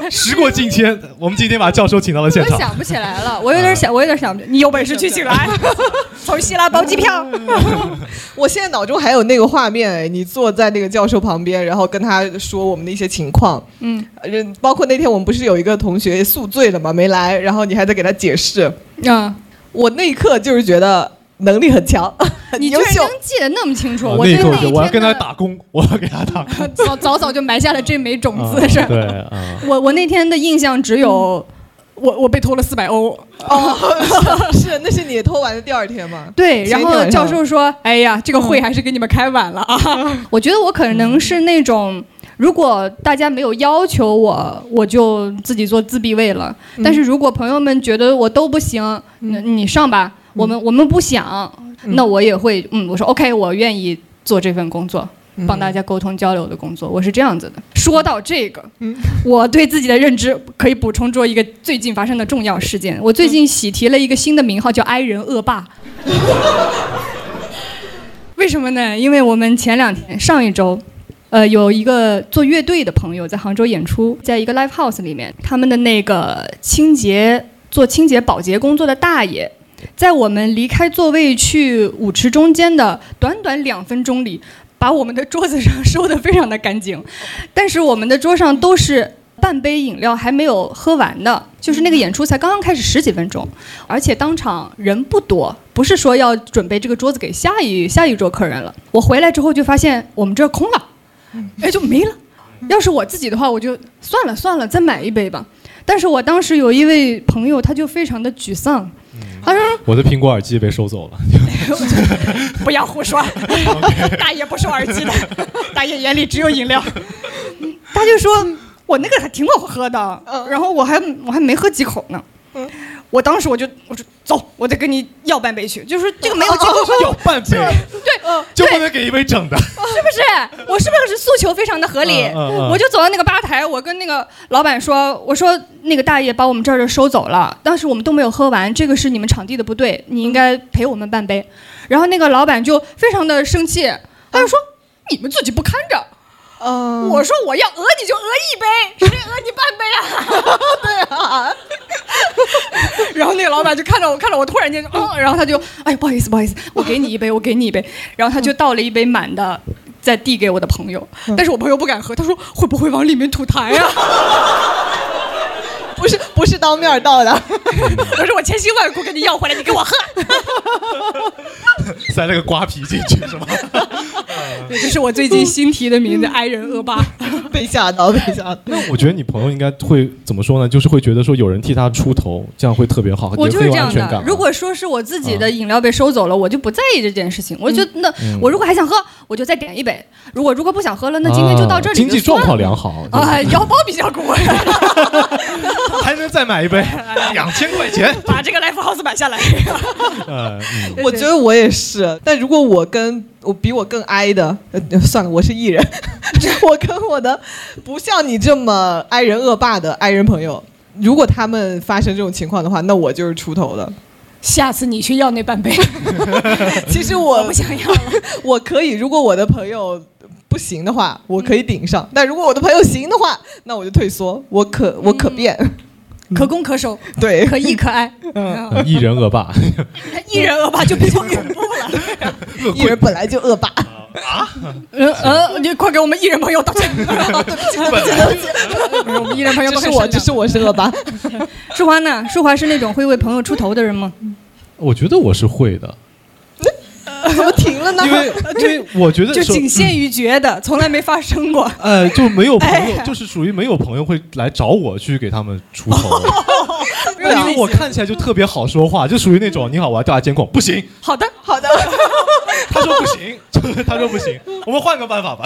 时过境迁，我们今天把教授请到 [LAUGHS] 了现我场。想不起来了，我有点想，我有点想不起，你有本事去起来， [LAUGHS] 从希腊包机 [LAUGHS] 票。 [LAUGHS] 我现在脑中还有那个画面，哎，你坐在那个教授旁边，然后跟他说我们的一些情况，嗯呃包括那天我们不是有一个同学宿醉了嘛，没来，然后你还在给他解释。啊，我那一刻就是觉得能力很强， [LAUGHS] 很你居优然秀能。记得那么清楚，啊我那对一那刻一我觉得天我要跟他的打工，我要给他打工。早早早就埋下了这枚种子，啊是对 [LAUGHS] 啊，我我那天的印象只有嗯我我被偷了四百欧，哦，是，那是你偷完的第二天吗？对，前然一天后晚上嗯教授说，哎呀，这个会还是给你们开晚了啊， [LAUGHS] 我觉得我可能是那种。如果大家没有要求我，我就自己做自闭位了。但是如果朋友们觉得我都不行，那你上吧，我们我们不想，那我也会，嗯，我说 OK，我愿意做这份工作。帮大家沟通交流的工作，我是这样子的。说到这个，我对自己的认知可以补充做一个最近发生的重要事件。我最近喜提了一个新的名号，叫“哀人恶霸”。为什么呢？因为我们前两天上一周，呃，有一个做乐队的朋友在杭州演出，在一个 live house 里面，他们的那个清洁做清洁保洁工作的大爷。在我们离开座位去舞池中间的短短两分钟里，把我们的桌子上收得非常的干净，但是我们的桌上都是半杯饮料还没有喝完的，就是那个演出才刚刚开始十几分钟，而且当场人不多，不是说要准备这个桌子给下一下一桌客人了。我回来之后就发现我们这儿空了，哎就没了。要是我自己的话，我就算了算了，再买一杯吧。但是我当时有一位朋友，他就非常的沮丧，嗯他说我的苹果耳机被收 [LAUGHS] 走了。不要胡说，大爷不收耳 [LAUGHS] 机的，大爷眼里只有饮料。他就说我那个还挺好喝的，然后我还我还没喝几口呢。我当时我就我说走，我得跟你要半杯去，就是这个哦没有这个 [LAUGHS] 要半杯，对，就不能给一杯整的。是不是？我是不是诉求非常的合理？嗯嗯嗯我就走到那个吧台，我跟那个老板说：“我说那个大爷把我们这儿的收走了，当时我们都没有喝完，这个是你们场地的不对，你应该赔我们半杯。”然后那个老板就非常的生气，他就说：“你们自己不看着。”我说我要讹你就讹一杯，谁讹你半杯啊？ [LAUGHS] 对啊。然后那个老板就看着我，看着我，突然间就，哦，然后他就，哎，不好意思，不好意思，我给你一杯，我给你一杯。然后他就倒了一杯满的，再递给我的朋友，但是我朋友不敢喝，他说会不会往里面吐痰呀、 [LAUGHS] 不哦是不是当面倒的，我说我千辛万苦给你要回来，你给我喝。塞了个瓜皮进去是吗？这是我最近新提的名字，挨人恶霸。嗯 [LAUGHS] 被吓到，被吓到。我觉得你朋友应该会怎么说呢？就是会觉得说有人替他出头，这样会特别好，我也就很是有这安样全感的嘛。。如果说是我自己的饮料被收走了，我就不在意这件事情。我就那嗯我如果还想喝，我就再点一杯。如果如果不想喝了，那今天就到这里啊经济就算状了况嗯良 [LAUGHS] 好啊，腰包比较鼓，还能再买一 [LAUGHS] 杯，两千块钱。把这个 Life House 买下来。呃，嗯我觉得我也是，但如果我跟我比我更 I 的，呃算了，我是艺人， [LAUGHS] 我跟我的不像你这么 I 人恶霸的 I 人朋友，如果他们发生这种情况的话，那我就是出头的。下次你去要那半杯，其实我不想要了。 [LAUGHS] 我可以，如果我的朋友不行的话，我可以顶上；但如果我的朋友行的话，那我就退缩，我可我可变，可攻可守，对，可抑可哀， [LAUGHS] 嗯一人恶霸，一 [LAUGHS] 人恶霸就比较恐怖了。艺人本来就恶霸，啊呃 [LAUGHS] 呃，你快给我们艺人朋友道歉。我们艺人朋友只都是很我，善只良。是我是恶 [LAUGHS] 霸。淑华呢？淑华是那种会为朋友出头的人吗？我觉得我是会的，呃怎么停了呢？ [LAUGHS] 因为因为我觉得就说仅限于觉得，从来没发生过。呃就没有哎朋友，就是属于没有朋友会来找我去给他们出 [LAUGHS] 头，因为我看起来就特别好说话，就属于那嗯种你好，我要调查监控，不行， [LAUGHS] 好的，好的，他说不行， [LAUGHS] 他说不行，我们换个办法吧。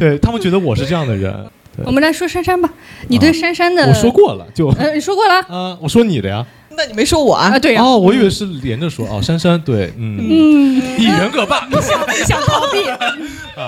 对他们觉得我是这样的人， [LAUGHS] 我们来说珊珊吧。你对珊珊的我说，过了就。呃，你说过了啊啊，我说你的呀！那你没说我啊？啊？对呀，哦，我以为是连着说哦，珊珊对，嗯，嗯，一人各半，你想逃避，啊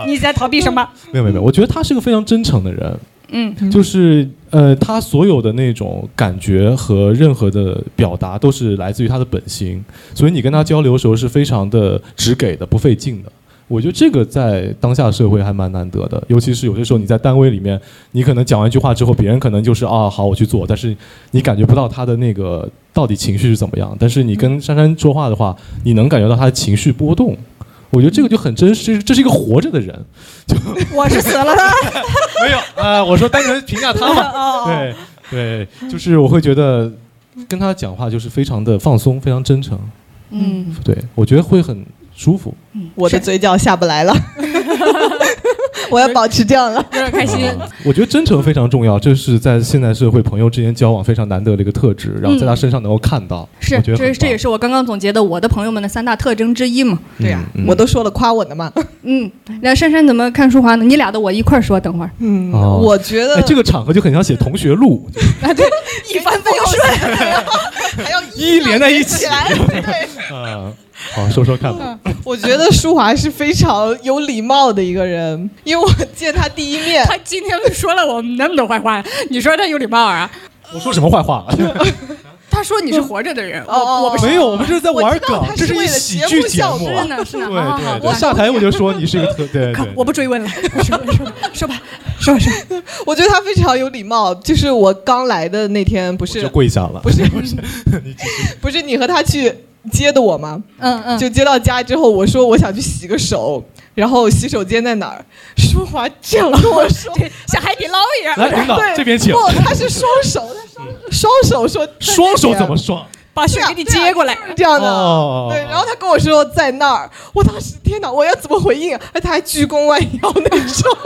你在逃避什么？没有没有没有，我觉得他是个非常真诚的人，嗯，就是呃，他所有的那种感觉和任何的表达都是来自于他的本心，所以你跟他交流的时候是非常的直给的，不费劲的。我觉得这个在当下社会还蛮难得的，尤其是有些时候你在单位里面，你可能讲完一句话之后，别人可能就是啊好我去做，但是你感觉不到他的那个到底情绪是怎么样。但是你跟珊珊说话的话，你能感觉到他的情绪波动。我觉得这个就很真实，这是一个活着的人。我是死了哦的。 [LAUGHS] 没有啊、呃我说单纯评价他 [LAUGHS] 嘛，对 [LAUGHS] 对，就是我会觉得跟他讲话就是非常的放松，非常真诚，嗯，对我觉得会很舒服。嗯我的嘴角下不 [LAUGHS] 来了，我要保持这样了。有点开心。我觉得真诚非常重要，这是在现代社会朋友之间交往非常难得的一个特质，然后在他身上能够看到，是我，觉得这很这也棒是我刚刚总结的我的朋友们的三大特征之一嘛。对呀、嗯嗯我都说了夸我的嘛。嗯，那珊珊怎么看淑华呢？你俩的我一块儿说，等会儿。嗯，哦我觉得、哎，这个场合就很想写同学录，一帆风顺， [LAUGHS] 还要一连在一起起来。 [LAUGHS] 对，啊，好说说看吧，我觉得舒华是非常有礼貌的一个人，因为我见他第一面，他今天说了我们那么多坏话，你说他有礼貌啊？我说什么坏话了？他他说你是活着的人，哦我我不是没有，我们这是在玩梗，这是一喜剧节目啊。是呢是呢。对好好好对，我对下台我就说你是一个特对对。我不追问了，是不是？我觉得他非常有礼貌。就是我刚来的那天，不是就跪下了 [LAUGHS] 不是不是，不是你和他去接的我吗？嗯嗯就接到家之后，我说我想去洗个手，然后洗手间在哪儿？舒华这 [LAUGHS] 样跟 [LAUGHS] 我说，像海底捞一样来领导对这边请不，他是 [LAUGHS] 双手，他双双手说双手怎么双？把水给你接过来，就是啊这样的。哦对，然后他跟我说在那儿，我当时天哪，我要怎么回应啊？哎，他还鞠躬弯腰那种。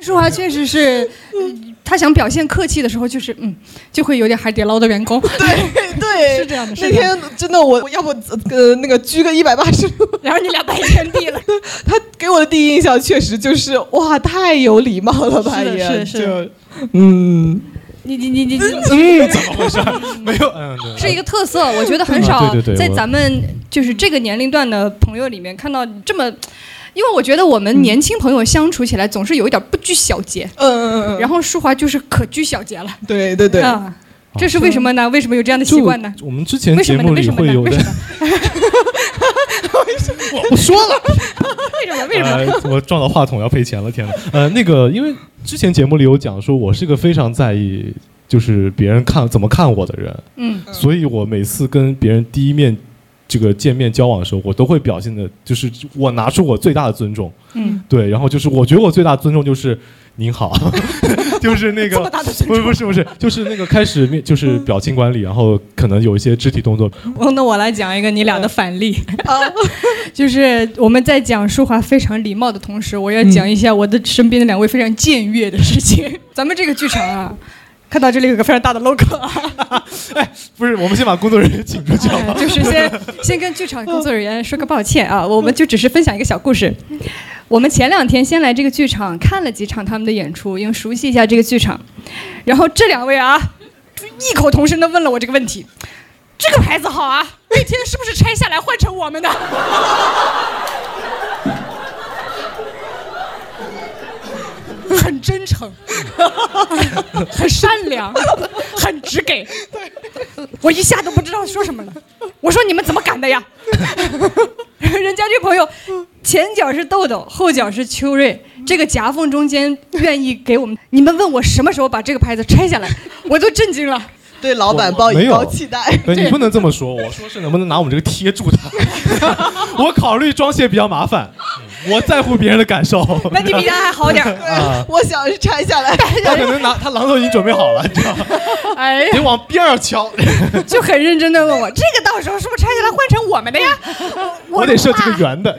舒华确实是，嗯他想表现客气的时候，就是嗯，就会有点海底捞的员工。对对，是这样的。那是这样天的真的我，我要不呃那个鞠个一百八十度，然后你俩拜天地了。 [LAUGHS] 他给我的第一印象确实就是哇，太有礼貌了吧是的也。是的是的就，嗯，你你你你你，嗯，怎么回事？没有，嗯，对是一个特色，我觉得很啊少对对对在我咱们就是这个年龄段的朋友里面看到这么。因为我觉得我们年轻朋友相处起来总是有一点不拘小节，嗯嗯嗯，然后舒华就是可拘小节了，对对对，啊，这是为什么呢？为什么有这样的习惯呢？就我们之前为什节么呢？目为里什么会呢？有为的什，么？我不说了。为什么？为什么？ [LAUGHS] 呃，我撞到话筒要赔钱了，天哪！呃，那个，因为之前节目里有讲说，我是个非常在意就是别人看怎么看我的人，嗯所以我每次跟别人第一面这个见面交往的时候，我都会表现的，就是我拿出我最大的尊重，嗯，对，然后就是我觉得我最大的尊重就是您好， [LAUGHS] 就是那个这么大的尊不是不是不是，就是那个开始面就是表情管理，然后可能有一些肢体动作，哦， [LAUGHS] 那我来讲一个你俩的反例， [LAUGHS] 就是我们在讲舒华非常礼貌的同时，我要讲一下我的身边的两位非常僭越的事情。 [LAUGHS] 咱们这个剧场啊，看到这里有个非常大的 logo [LAUGHS] 啊，不是，我们先把工作人员请出去好吗？哎就是先先跟剧场工作人员说个抱歉啊，我们就只是分享一个小故事。我们前两天先来这个剧场看了几场他们的演出，因为熟悉一下这个剧场。然后这两位啊，就异口同声的问了我这个问题：这个牌子好啊，那天是不是拆下来换成我们的？ [LAUGHS] 很真诚， [LAUGHS] 很善良，很直给。我一下都不知道说什么了。我说你们怎么敢的呀？ [LAUGHS] 人家这朋友前脚是豆豆，后脚是秋瑞，这个夹缝中间愿意给我们。你们问我什么时候把这个牌子拆下来，我都震惊了。对老板抱以高期待。 [LAUGHS] 对你不能这么说，我说是能不能拿我们这个贴住它？ [LAUGHS] 我考虑装卸比较麻烦，嗯我在乎别人的感受。 [LAUGHS] 那你比他还好点 [LAUGHS] 儿 [LAUGHS] [LAUGHS] 啊，我想是拆下来，他可能拿他榔头已经准备 [LAUGHS] 好了，你知道吗？哎得往边上 [LAUGHS] 敲。就很认真的问我，这个到时候是不是拆下来换成我们的呀？我得设计个圆的。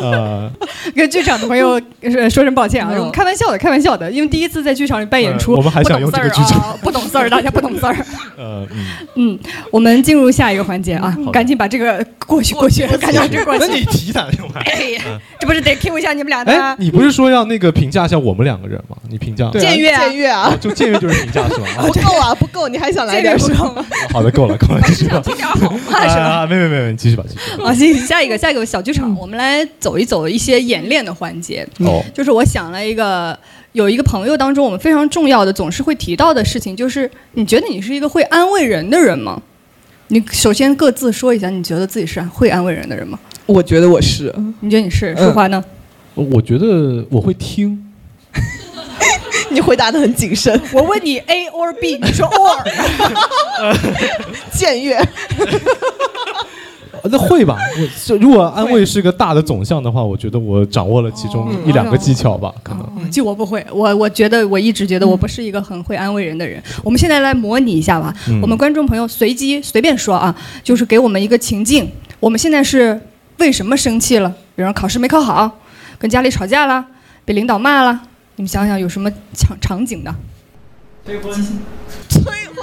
呃，跟剧场的朋友呃说声抱歉啊，嗯我们开玩笑的，开玩笑的，因为第一次在剧场里办演出，嗯我们还不想懂用这字儿个剧场啊，不懂字儿，大家不懂字儿。呃，嗯，嗯，我们进入下一个环节啊，赶紧把这个过去过去，赶紧把这个过去。那你提他干嘛？嗯这不是得 Q 一下你们俩的哎啊，？你不是说要那个评价一下我们两个人吗？你评 [LAUGHS] 价对啊僭越 [LAUGHS] 啊僭越啊哦！就僭越就是评 [LAUGHS] 价是吧？啊不够啊，不够，你还想哎来点什么？好的，够了，够了，继续吧。听点好话是吧？啊，没没没，没继续吧，继 [LAUGHS] 续吧。啊，行，下一个，下一个小剧嗯场，我们来走一走一些演练的环节。 [LAUGHS] 哦就是我想了一个，有一个朋友当中我们非常重要的，总是会提到的事情，就是你觉得你是一个会安慰人的人吗？你首先各自说一下，你觉得自己是会安慰人的人吗？我觉得我是，你觉得你是？嗯淑华呢？我觉得我会听， [LAUGHS] 你回答的很谨慎，我问你 A or B，你说 or， [LAUGHS] 僭越。啊那会吧？我是如果安慰是个大的总项的话，我觉得我掌握了其中嗯一两个技巧哦吧，可嗯能。就我不会，我我觉得我一直觉得我不是一个很会安慰人的人。我们现在来模拟一下吧，嗯我们观众朋友随机随便说啊，就是给我们一个情境。我们现在是为什么生气了？比如说考试没考好，跟家里吵架了，被领导骂了。你们想想有什么场场景的？催婚，催婚，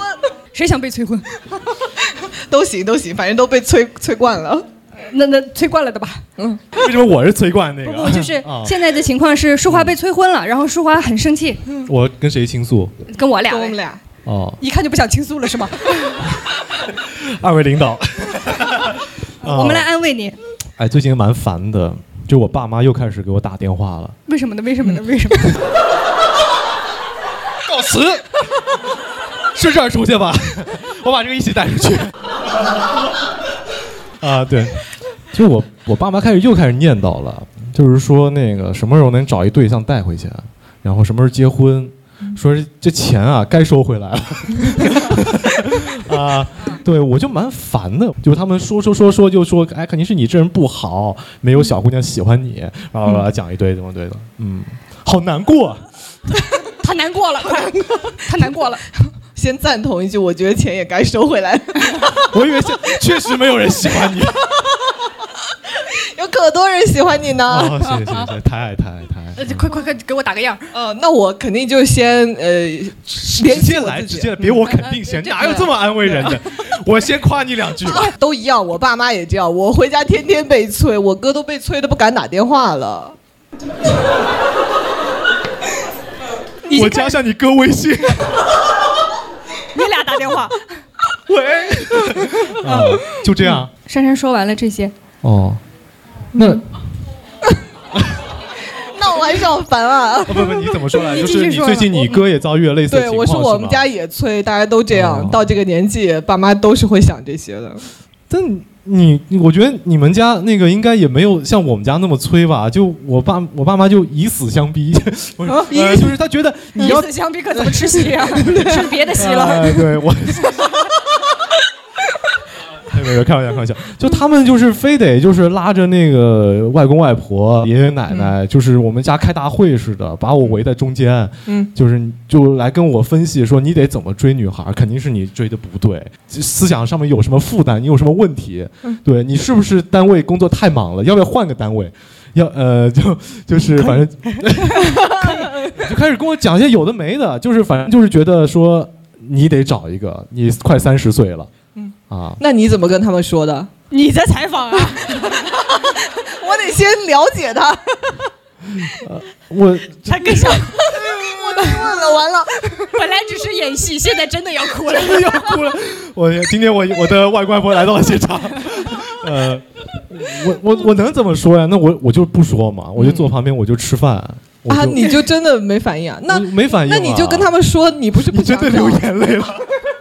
谁想被催婚？都行都行，反正都被催催惯了。那那催惯了的吧？嗯，为什么我是催惯那个？不就是啊现在的情况是淑华被催婚了，然后淑华很生气， [LAUGHS] 我跟谁倾诉？跟我俩呗，嗯跟哎我们俩哦，一看就不想倾诉了是 [LAUGHS] 吗？二位领导，啊哦 [LAUGHS] 我们来。安慰你，哎，最近蛮烦的，就我爸妈又开始给我打电话了。为什么呢？为什嗯么呢？为什么？告辞，是这儿出去吧？我把这个一起带出去。啊， [LAUGHS] 对，就我我爸妈开始又开始念叨了，就是说那个什么时候能找一对象带回去，啊然后什么时候结婚，说这钱啊该收回来了。啊，对我就蛮烦的，就是他们说说说说就说，哎，肯定是你这人不好，没有小姑娘喜欢你，然后讲一堆怎么对的，嗯，好难过啊。他难 [LAUGHS] 过了，快，他难过了。先赞同一句，我觉得钱也该收回来了。 [LAUGHS] 我以为是确实没有人喜欢你。有可多人喜欢你呢。哦，谢谢谢谢，太爱太爱太爱。呃，快快快，给我打个样。呃，那我肯定就先呃，直接来，直接来，别我肯定先，哪 [LAUGHS] 有这么安慰人的？ [LAUGHS] 我先夸你两句。 [LAUGHS] 啊都一样，我爸妈也这样，我回家天天被催，我哥都被催的不敢打电话了。我加上你哥微信。你俩打电话。喂。啊，就这样。珊珊说完了这些，哦，那那我还是好烦啊！哦不不，你怎么说来？你就继续是你说最近吧你哥也遭遇了类似的对，情况，我说我们是吧哦家也催，大家都这样，到这个年纪，爸妈都是会想这些的。但你，你我觉得你们家那个应该也没有像我们家那么催吧？就我爸，我爸妈就以死相逼， [LAUGHS] 不啊是、呃，就是他觉得你要以死相逼，可怎么吃席 [LAUGHS] 啊？吃别的席了。哎 [LAUGHS] 对我，没有没有，开玩笑，开玩笑。就他们就是非得就是拉着那个外公外婆、爷爷奶奶，就是我们家开大会似的，把我围在中间，嗯，就是就来跟我分析说你得怎么追女孩，肯定是你追的不对，思想上面有什么负担，你有什么问题，嗯对你是不是单位工作太忙了，要不要换个单位？要呃，就就是反正就开始跟我讲一些有的没的，就是反正就是觉得说你得找一个，你快三十岁了，嗯啊， [LAUGHS] 那你怎么跟他们说的？你在采访啊？ [LAUGHS] 我得先了解 [LAUGHS] 他。呃我他更想。 [LAUGHS] 我提问了，完了。 [LAUGHS] 本来只是演戏，现在真的要哭了，真的要哭了。 [LAUGHS] 我今天我我的外公外婆来到了现 [LAUGHS] 场，呃，我我我能怎么说呀？那我我就不说嘛，我就坐旁边，我就吃饭，我嗯啊，就你就真的没反应啊？那没反应那啊你就跟他们说，你不是不真的流眼泪了？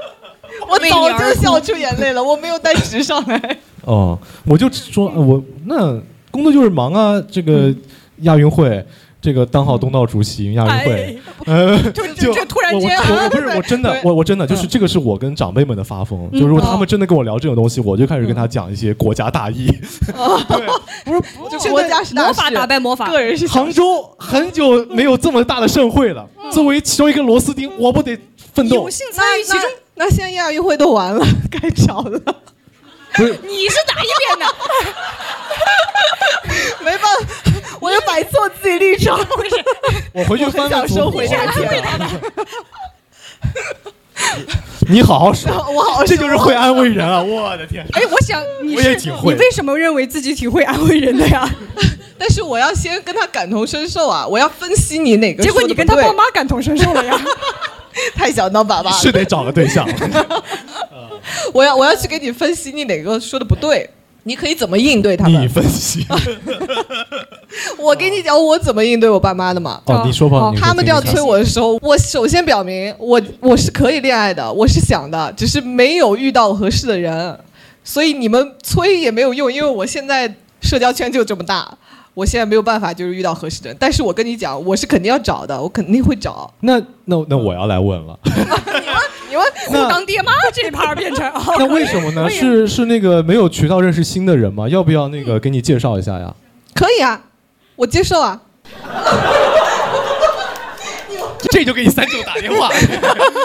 [LAUGHS] 我早就笑出眼泪了，我没有带纸上 [LAUGHS] 来。哦，我就说呃我那工作就是忙啊，这个嗯亚运会。这个当好东道主席亚运会，哎呃，哎就就就突然我间啊，我我不是我真的我我真嗯的就是这个是我跟长辈们的发疯，就是如果他们真的跟我聊这种东西，我就开始跟嗯他讲一些国家大义。 [LAUGHS] 就国家是大事，个人是小杭州很久没有这么大的盛会了，嗯作为其中一个螺丝钉，我不得奋斗。参与其中。那现在亚运会都完了， [LAUGHS] 该找了。不是你是哪 [LAUGHS] 一边的？没办法，我就摆错自己立场。不是，我回去翻翻我很想收回祖谱这个天啊你好好说， [LAUGHS] 我好好说这就是会安慰人 [LAUGHS] 啊！我的天，哎，我想你我是也挺会你为什么认为自己挺会安慰人的呀？ [LAUGHS] 但是我要先跟他感同身受啊，我要分析你哪个。结果你跟他爸妈感同身受了呀， [LAUGHS] 太想当爸爸了。是得找个对 [LAUGHS] 象。我要我要去给你分析你哪个说的不对，你可以怎么应对他们。你分 [LAUGHS] 析，我跟你讲我怎么应对我爸妈的嘛。哦你说吧哦你说他们这样听一催下我的时候，我首先表明我我是可以恋爱的，我是想的，只是没有遇到合适的人，所以你们催也没有用，因为我现在社交圈就这么大。我现在没有办法，就是遇到合适的人。但是我跟你讲，我是肯定要找的，我肯定会找。那那那我要来问 [LAUGHS] 了，你们互当爹妈这一趴 [LAUGHS] 变成啊，那为什么呢？是是那个没有渠道认识新的人吗？要不要那个给你介绍一下呀？可以啊，我接受啊。 [LAUGHS] [LAUGHS] 这就给你三舅打电话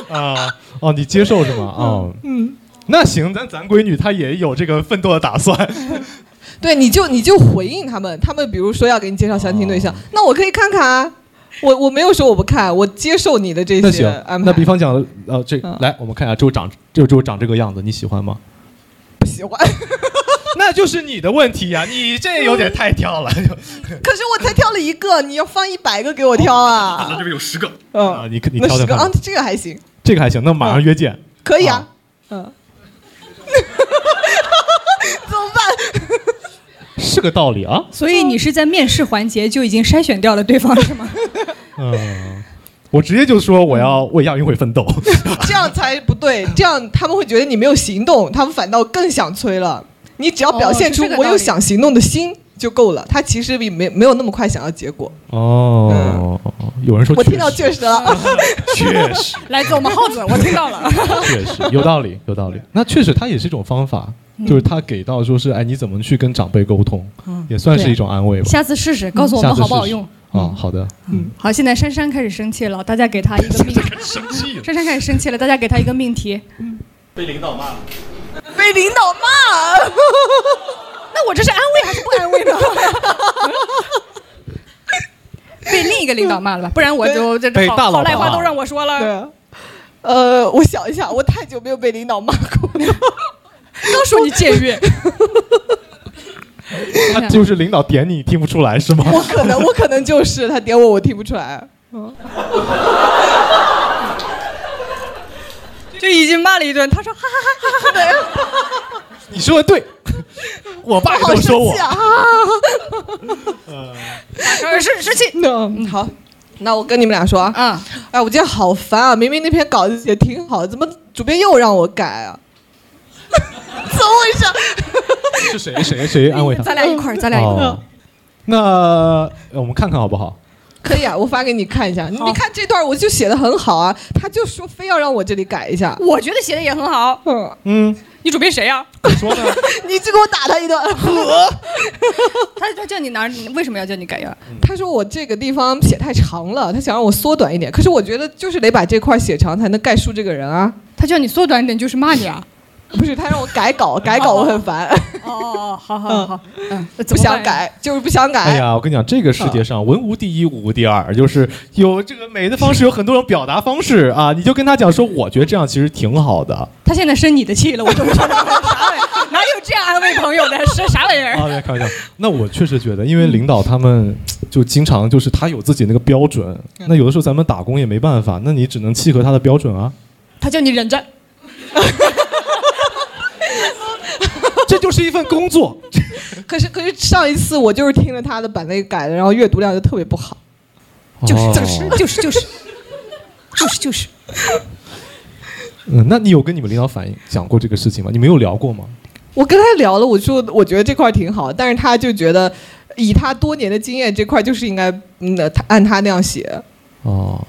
啊！哦，你接受是吗？哦， [LAUGHS] 嗯，那行，咱咱闺女她也有这个奋斗的打算。对，你就你就回应他们，他们比如说要给你介绍相亲对象，哦那我可以看看啊。我我没有说我不看，我接受你的这那些行安，排。那比方讲，呃，这嗯来我们看一下周长，这周长这个样子，你喜欢吗？不喜欢， [LAUGHS] [LAUGHS] 那就是你的问题呀、你这有点太挑了。可是我才挑了一个，你要放一百个给我挑啊！这边有十个，嗯、啊，你你那挑十挑个啊看，，这个还行，这个还行，那马上约见。可以啊。哦嗯，怎么办？是个道理啊。所以你是在面试环节就已经筛选掉了对方是吗？嗯，我直接就说我要为亚运会奋斗。嗯这样才不对，这样他们会觉得你没有行动，他们反倒更想催了。你只要表现出哦是这个道我理有想行动的心就够了。他其实也没没有那么快想要结果。哦，有人说我确听到确实了，确实， [LAUGHS] 来自我们耗子，我听到了。确实有道理，有道理。那确实，它也是一种方法，嗯就是他给到说是，哎，你怎么去跟长辈沟通，嗯也算是一种安慰吧。嗯下次试试，告诉我们下次好不好试试用。啊？好的，嗯，好，现在珊珊开始生气了，大家给她一个命。 [LAUGHS] 珊珊开始生气了，大家给她一个命题。被领导骂了。被领导 [LAUGHS] 骂，那我这是安慰还是不安慰呢？被另一个领导骂了吧？不然我就这被好大佬好赖话骂都让我说了。对啊呃，我想一下，我太久没有被领导骂过了。刚说你僭越，他就是领导点你，听不出来是吗？ [LAUGHS] 我可能我可能就是他点我，我听不出来。 [LAUGHS] 就已经骂了一顿，他说哈哈哈哈哈哈。 [LAUGHS] 你说的对，我爸也这好么说生我气。啊！呃我是生气。嗯，好，那我跟你们俩说啊。哎，我今天好烦啊！明明那篇稿子写挺好的，怎么主编又让我改啊？怎么回事？是谁谁谁安慰他？咱俩一块儿咱俩一块儿哦那呃我们看看好不好？可以啊，我发给你看一下。你你看这段我就写的很好啊，他就说非要让我这里改一下。我觉得写的也很好。嗯嗯， [LAUGHS] 你主编谁啊呀、 [LAUGHS] 你去给我打他 [LAUGHS] 一顿。他他叫你哪儿？你为什么要叫你改呀？他说我这个地方写太长了，他想让我缩短一点。可是我觉得就是得把这块写长才能概述这个人啊。他叫你缩短一点就是骂你啊？ [LAUGHS] 不是，他让我改稿，改稿我很烦。哦哦，好好好，嗯，不想改，就是不想改。哎呀，我跟你讲，这个世界上文无第一，武无第二，就是有这个美的方式，有很多种表达方式啊。你就跟他讲说，我觉得这样其实挺好的他现在生你的气了，我都不知道他干啥玩意儿， [LAUGHS] 哪有这样安慰朋友的？是啥玩意儿？啊。对，开玩笑。 [LAUGHS] 那我确实觉得，因为领导他们就经常就是他有自己那个标准，嗯那有的时候咱们打工也没办法，那你只能契合他的标准啊。他叫你忍着，这就是一份工作。 [LAUGHS] 可是可是上一次我就是听了他的版类改的，然后阅读量就特别不好。哦就是就是就是就是，嗯，那你有跟你们领导反映讲过这个事情吗？你们有聊过吗？我跟他聊了，我说我觉得这块挺好，但是他就觉得以他多年的经验，这块就是应该嗯他按他那样写。呃哦，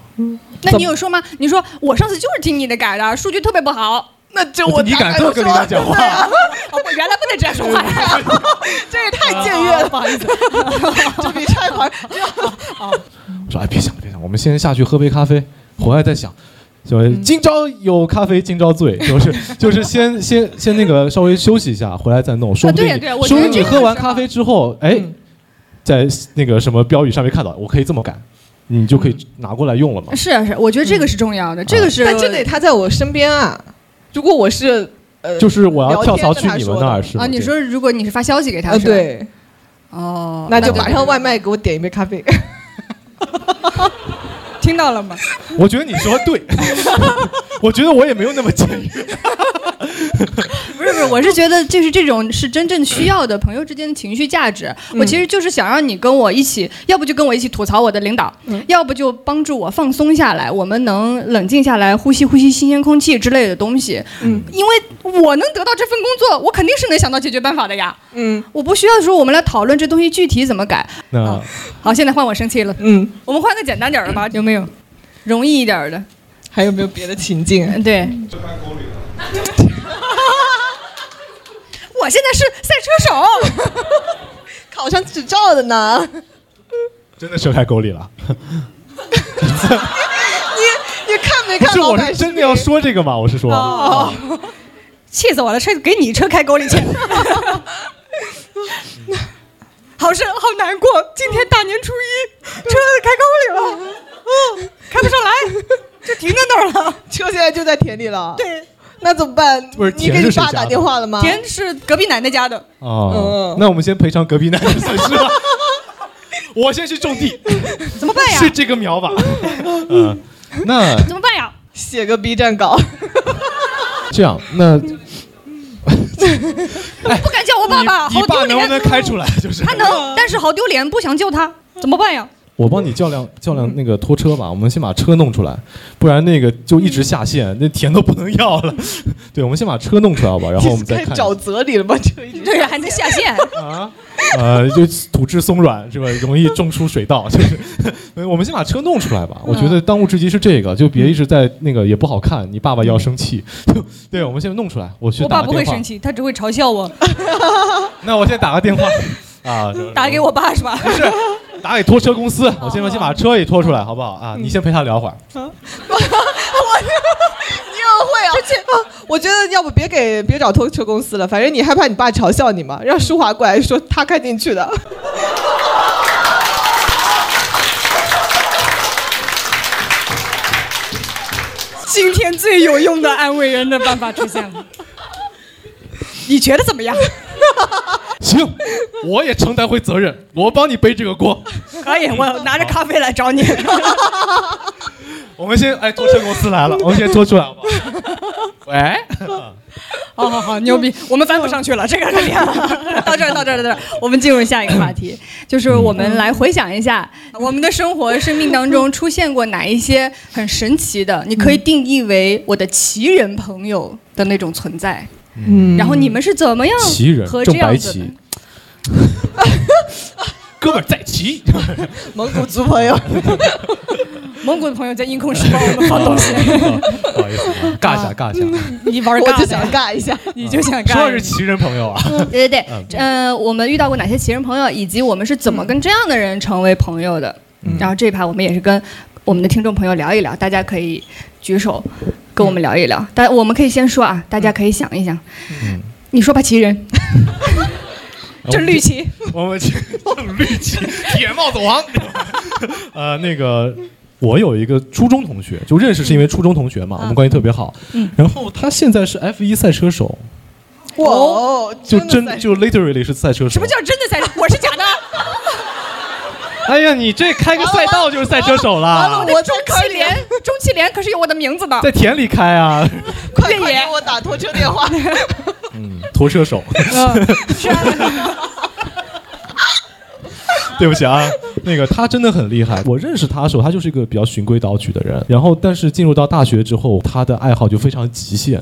那你有说吗？你说我上次就是听你的改的，数据特别不好。那这我你敢这么跟领导讲话对啊哦，我原来不能这样说话 [LAUGHS] 呀，这也太僭越了，啊不 [LAUGHS] 好意思。这比拆 [LAUGHS] 盘我说哎，别想了，别想了，我们先下去喝杯咖啡，回来再想。就是嗯今朝有咖啡今朝醉，就是就是先先先那个稍微休息一下，回来再弄。说不啊定对呀你对呀我觉说得不定你这个喝完是嗯咖啡之后，哎，在那个什么标语上面看到，我可以这么改，你就可嗯以拿过来用了嘛。是啊是啊，我觉得这个是重要的，这个是。但这得他在我身边啊。如果我是呃，就是我要跳槽聊天跟他去你说们的那儿是吗？啊，你说如果你是发消息给他，呃是吧，对，哦，那就马上外卖给我点一杯咖啡。 [LAUGHS] 听到了吗？我觉得你说 [LAUGHS] 对，我觉得我也没有那么介意。不是不是，我是觉得就是这种是真正需要的朋友之间的情绪价值。嗯我其实就是想让你跟我一起，要不就跟我一起吐槽我的领导，嗯要不就帮助我放松下来，我们能冷静下来，呼吸呼吸新鲜空气之类的东西。嗯，因为我能得到这份工作，我肯定是能想到解决办法的呀。嗯，我不需要说我们来讨论这东西具体怎么改。哦 [LAUGHS] 那好，现在换我生气了。嗯，我们换个简单点儿的吧，有没有容易一点儿的？还有没有别的情境？[LAUGHS] 嗯，对。我现在是赛车手， [LAUGHS] 考上执照的 [LAUGHS] 呢。真的射开沟里 [LAUGHS] 了。你你看没 [LAUGHS] 不看是，老我板是真的要说这个吗？我是说，啊哦， [LAUGHS] 气死我了！车给你车开沟里去， [LAUGHS] 好是好难过。今天大年初 [LAUGHS] 一，车开沟里了，嗯，开不上来，就停在那儿了。 [LAUGHS] 车现在就在田里了？对，那怎么办？不是你给田你是谁爸家打的电话了吗？田是隔壁奶奶家的，哦嗯，那我们先赔偿隔壁 [LAUGHS] 奶奶的损失吧。我先去种地，怎么办呀？是这个苗吧？嗯，那怎么办呀？写个 B 站稿，这样，那我不敢叫我爸爸，你好爸丢能不能脸。开出来？就是他能，但是好丢脸，不想救他，怎么办呀？我帮你叫辆叫辆那个拖车吧，我们先把车弄出来，不然那个就一直下线， [LAUGHS] 那田都不能要了。 [LAUGHS] 对，我们先把车弄出来吧，然后我们再太看。沼泽里了吧？这一对，还在下线啊， [LAUGHS] 呃，就土质松软是吧？容易种出水稻，就是 [LAUGHS] 呃我们先把车弄出来吧。我觉得当务之急是这个，就别一直在那个也不好看，你爸爸要生气。 [LAUGHS] 就对，我们先弄出来，我去我爸打个不会电话生。气，他只会嘲笑我。 [LAUGHS] 那我先打个电话 [LAUGHS] 啊，就打给我爸是吧？是，打给拖车公司，我先先把车给拖出来，好不好啊？你先陪他聊会儿。 [LAUGHS] 我你很会啊！而且我觉得要不别给别找拖车公司了，反正你害怕你爸嘲笑你嘛，让舒华过来说他开进去的。今天最有用的安慰人的办法出现了，你觉得怎么样？行，我也承担回责任，我帮你背这个锅。可嗯以，我拿着咖啡来找你。我们先哎，拖车公司来了，我们先拖出来好不好？ [LAUGHS] 喂，好好好，牛逼！我们翻不上去了，这个是厉害了。到这儿，到这儿，到这儿，我们进入下一个话题，就是我们来回想一下我们的生活、生命当中出现过哪一些很神奇的，你可以定义为我的奇人朋友的那种存在。嗯然后你们是怎么样奇人和这正白样子的旗， [LAUGHS] 哥们儿在骑，蒙古族朋友，蒙古的朋友在音控室帮我们放东西，不好意思，尬一下尬一下，嗯你 [LAUGHS] 玩我尬就的想尬一下，你就想啊说干的 [LAUGHS] 是奇人朋友啊。对对对嗯，呃，我们遇到过哪些奇人朋友，以及我们是怎么跟这样的人成为朋友的？然后这一盘我们也是跟我们的听众朋友聊一聊，大家可以举手跟我们聊一聊。但我们可以先说啊，大家可以想一想，你说吧，奇 [LAUGHS] 人，嗯郑绿旗，我们去绿旗铁帽子王。呃，那个我有一个初中同学，就认识是因为初中同学嘛，我们关系特别好。嗯然后他现在是 F 一赛车手，哇哦，就的真在就 literally 是赛车手。什么叫 [LAUGHS] 真的赛车？我是假的。啊哎呀，你这开个赛道就是赛车手哦啦，啊我中汽啊联，中汽联可是有我的名字的，在田里开啊， [LAUGHS] 快快给我打拖车电 [LAUGHS] 话。拖车手。是啊，对不起啊，那个他真的很厉害。我认识他的时候，他就是一个比较循规蹈矩的人。然后，但是进入到大学之后，他的爱好就非常极限。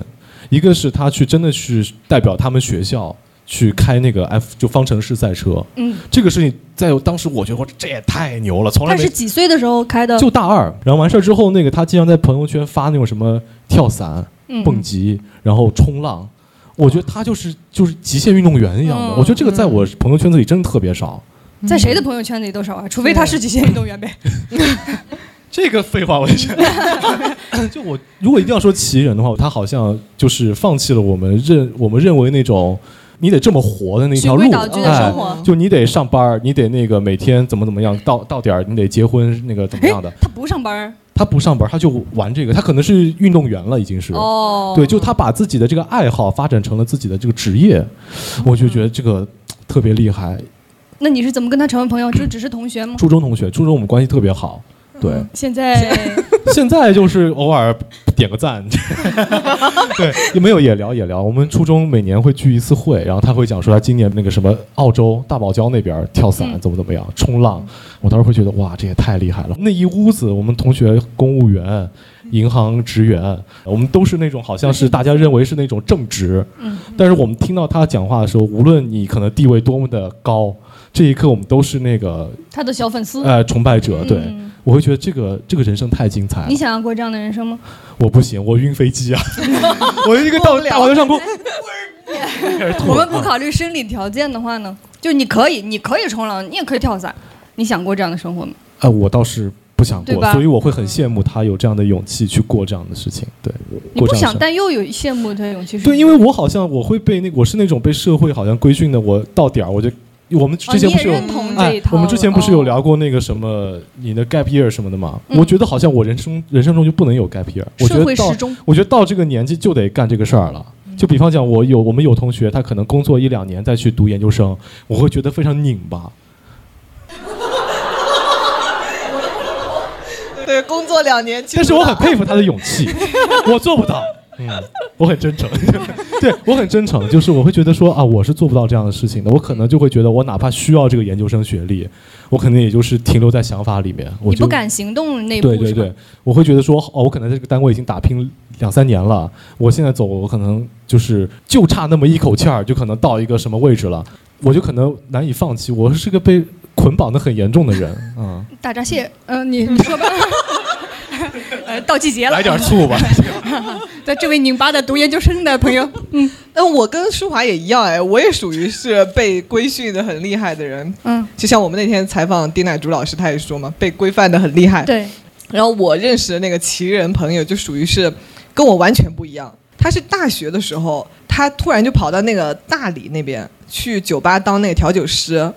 一个是他去真的去代表他们学校去开那个 F 就方程式赛车，嗯，这个事情在当时我觉得我这也太牛了，从来他没是几岁的时候开的？就大二。然后完事儿之后，那个他经常在朋友圈发那种什么跳伞嗯、蹦极，然后冲浪。我觉得他就是就是极限运动员一样的。嗯我觉得这个在我朋友圈子里真的特别少。在谁的朋友圈里都少啊，除嗯非他是极限运动员呗。这个废话我也觉得， [LAUGHS] 就我如果一定要说奇人的话，他好像就是放弃了我们认我们认为那种你得这么活的那条循规路，蹈矩的生活哎就你得上班儿，你得那个每天怎么怎么样，到到点儿你得结婚那个怎么样的。他不上班儿他不上班儿，他就玩这个，他可能是运动员了，已经是。哦，对，就他把自己的这个爱好发展成了自己的这个职业，我就觉得这个特别厉害。 [LAUGHS] 那你是怎么跟他成为朋友？就只是同学吗？初中同学，初中我们关系特别好。对，现在 [LAUGHS] 现在就是偶尔点个赞， [LAUGHS] 对，也没有也聊也聊。我们初中每年会聚一次会，然后他会讲说他今年那个什么澳洲大堡礁那边跳伞嗯怎么怎么样，冲浪。我当时会觉得哇，这也太厉害了。那一屋子我们同学、公务员、银行职员，我们都是那种好像是大家认为是那种正直，嗯但是我们听到他讲话的时候，无论你可能地位多么的高，这一刻我们都是那个他的小粉丝。呃崇拜者。对，嗯我会觉得这个这个人生太精彩了你。想要过这样的人生吗？我不行，我晕飞 [LAUGHS] 机啊！我一个到大晚上空，开始吐 [LAUGHS] 我们不 [LAUGHS] 考虑生理条件的话呢，就你可以，你可以冲浪，你也可以跳伞，你想过这样的生活吗？啊，我倒是不想对过，吧所以我会很羡慕他有这样的勇气去过这样的事情。对，你过不这样想，的事。但又有羡慕的勇气是吗。对，因为我好像我会被那我是那种被社会好像规训的，我到点儿我就我们哦，之你前不也是有。认同这哎一，套了。我们之前不是有哦聊过那个什么你的 gap year 什么的吗？嗯我觉得好像我人生人生中就不能有 gap year，我觉社得会到时钟，嗯我觉得到这个年纪就得干这个事儿了。就比方讲，我有我们有同学，他可能工作一两年再去读研究生，我会觉得非常拧巴。 [LAUGHS] 对，工作两年， [LAUGHS] [LAUGHS] 但是我很佩服他的勇气，我做不到。嗯，我很真诚。 [LAUGHS] 对我很真诚，就是我会觉得说啊，我是做不到这样的事情的，我可能就会觉得我哪怕需要这个研究生学历，我可能也就是停留在想法里面，我你就不敢行动那一步对对是吧对，我会觉得说哦，我可能在这个单位已经打拼两三年了，我现在走，我可能就是就差那么一口气儿，就可能到一个什么位置了，我就可能难以放弃，我是个被捆绑的很严重的人啊。大闸蟹，嗯、你 [LAUGHS] 你说吧。呃，到季节了，来点醋吧。对，这位拧巴的读研究生的 [LAUGHS] 朋友，嗯，那我跟舒华也一样哎，我也属于是被规训的很厉害的人。嗯，就像我们那天采访丁乃竺老师，他也说嘛，被规范的很厉害。对。然后我认识的那个奇人朋友，就属于是跟我完全不一样。他是大学的时候，他突然就跑到那个大理那边去酒吧当那个调酒师。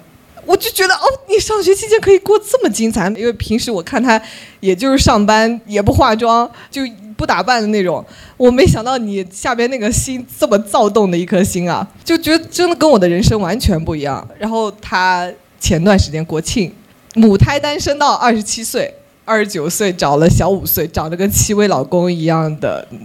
我就觉得哦，你上学期间可以过这么精彩，因为平时我看他也就是上班也不化妆，就不打扮的那种。我没想到你下边那个心这么躁动的一颗心啊，就觉得真的跟我的人生完全不一样。然后他前段时间国庆，母胎单身到二十七岁，二十九岁找了小五岁，长得跟戚薇老公一样的嗯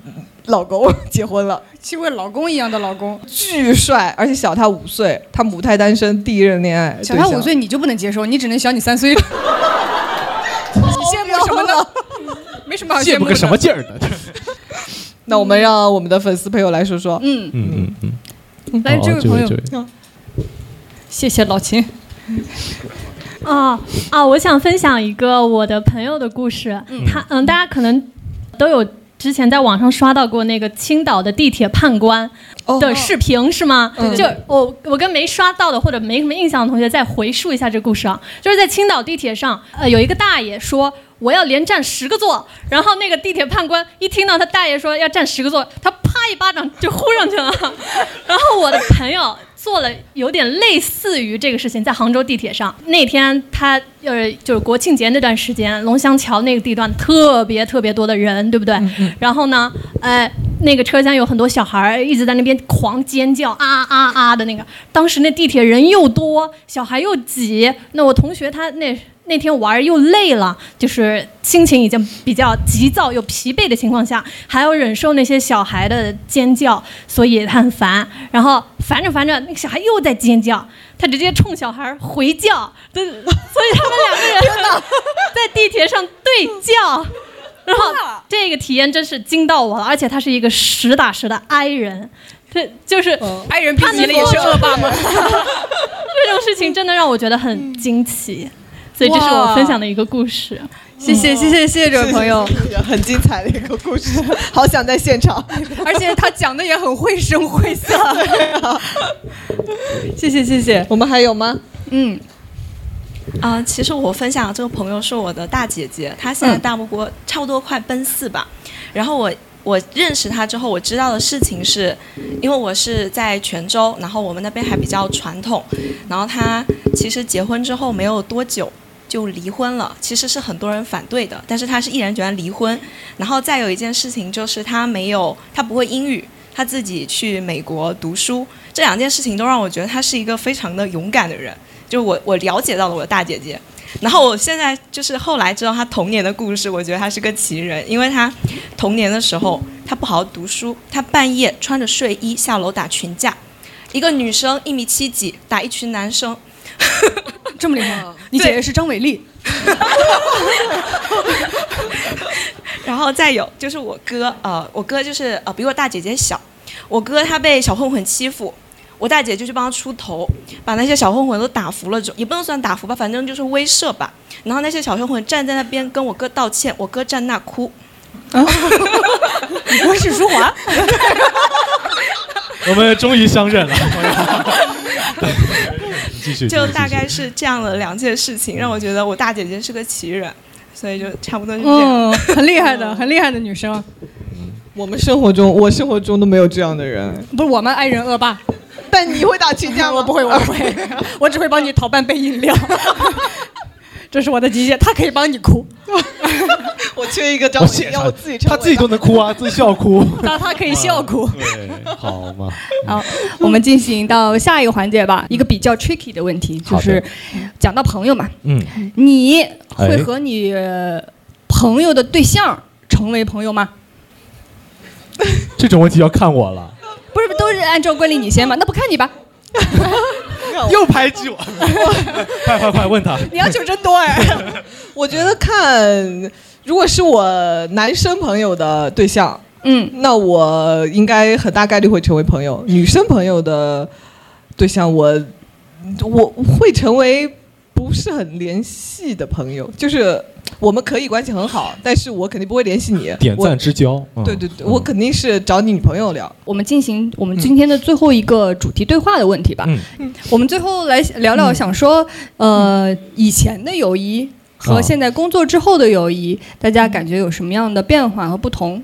老公结婚了。七位老公一样的老公，巨帅，而且小他五岁，他母胎单身，第一任恋爱。 [LAUGHS] 小他五岁，你就不能接受，你只能小你三 [LAUGHS] 岁。你羡慕什么 [LAUGHS] 呢？没什么好羡羡慕慕个的。什么劲儿的？ [LAUGHS] 那我们让我们的粉丝朋友来说说。嗯嗯嗯嗯来哦这位朋友谢谢老秦。哦啊，我想分享一个我的朋友的故事。他嗯，大家可能都有之前在网上刷到过那个青岛的地铁判官的视频、是吗？哦对对就对我我跟没刷到的或者没什么印象的同学再回述一下这故事啊，就是在青岛地铁上，呃，有一个大爷说。我要连占十个座，然后那个地铁判官一听到他大爷说要占十个座，他啪一巴掌就呼上去了。 [LAUGHS] 然后我的朋友做了有点类似于这个事情，在杭州地铁上那天他呃就是国庆节那段时间，龙翔桥那个地段特别特别多的人，对不对？然后呢，呃，那个车厢有很多小孩儿一直在那边狂尖叫啊啊啊的那个，当时那地铁人又多，小孩又挤，那我同学他那。那天玩儿又累了，就是心情已经比较急躁又疲惫的情况下，还要忍受那些小孩的尖叫，所以他很烦。 [LAUGHS] 然后烦着烦着，那 [LAUGHS] 个小孩又在尖叫，他直接冲小孩回叫，对，所以他们两个人 [LAUGHS] 在地铁上对叫。然后这个体验真是惊到我了，而且他是一个实打实的 I 人， [LAUGHS] 这就是，I 人逼急 [LAUGHS] 了 [LAUGHS] 也是嗯恶霸吗 [LAUGHS] 这种事嗯情真的让我觉得很惊奇，所以这是我分享的一个故事。谢哦嗯谢谢谢谢谢这位朋友，很精彩的一个故事，好想在现场。 [LAUGHS] 而且他讲的也很绘声绘色。谢谢谢谢，我们还有吗？嗯，啊、其实我分享的这个朋友是我的大姐姐，她嗯现在大不过差不多快奔四吧。然后我我认识她之后，我知道的事情是，因为我是在泉州，然后我们那边还比较传统，然后她其实结婚之后没有多久。就离婚了，其实是很多人反对的，但是她是毅然决然离婚。然后再有一件事情就是她没有，她不会英语，她自己去美国读书，这两件事情都让我觉得她是一个非常的勇敢的人。就我我了解到了我的大姐姐，然后我现在就是后来知道她童年的故事，我觉得她是个奇人，因为她童年的时候她不好好读书，她半夜穿着睡衣下楼打群架，一个女生一米七几打一群男生， [LAUGHS] 这么厉害？嗯你姐姐是张伟丽， [LAUGHS] 然后再有就是我哥，呃，我哥就是呃比我大姐姐小，我哥他被小混混欺负，我大姐就去帮他出头，把那些小混混都打服了之后，也不能算打服吧，反正就是威慑吧。然后那些小混混站在那边跟我哥道歉，我哥站那哭。啊 [LAUGHS] 你哥是舒华， [LAUGHS] 我们终于相 [LAUGHS] 认了。继就续，继续大概是这样的两件事情，让我觉得我大姐姐是个奇人，所以就差不多是这样。嗯，很厉害 [LAUGHS] 的，很厉害的女生， [LAUGHS] 我们生活中，我生活中都没有这样的人。不是我们 I 人恶霸。但你会打群架吗？ [LAUGHS] 我不会，我 [LAUGHS] 不会，我只会帮你讨半杯饮料。 [LAUGHS] 这是我的极限，他可以帮你哭， [LAUGHS] 我缺一个张我伟写丽，让上我自己，成他为自己都能哭啊，自己笑哭。他他可以笑哭。对， [LAUGHS] 好嘛， [LAUGHS] 好，我们进行到下一个环节吧，一个比较 tricky 的问题，就嗯好的是讲到朋友嘛， [LAUGHS] 嗯，你会和你呃朋友的对象成为朋友吗？这种问题要看我了。不是，都是按照惯例你先嘛？那不看你吧。嗯 [LAUGHS] 又排挤我，快快快问他，你要求真多哎！我觉嗯得看，如果是我男生朋友的对象，嗯，那我应该很大概率会成为朋友。女生朋友的对象我，我会成为不是很联系的朋友，就是我们可以关系很好，但是我肯定不会联系你。点我赞之交。嗯对对对，我肯定是找你女朋友聊。我们进行我们今天的最后一个主题对话的问题吧。嗯我们最后来聊聊，想说，呃，以前的友谊和啊现在工作之后的友谊，大家感觉有什么样的变化和不同？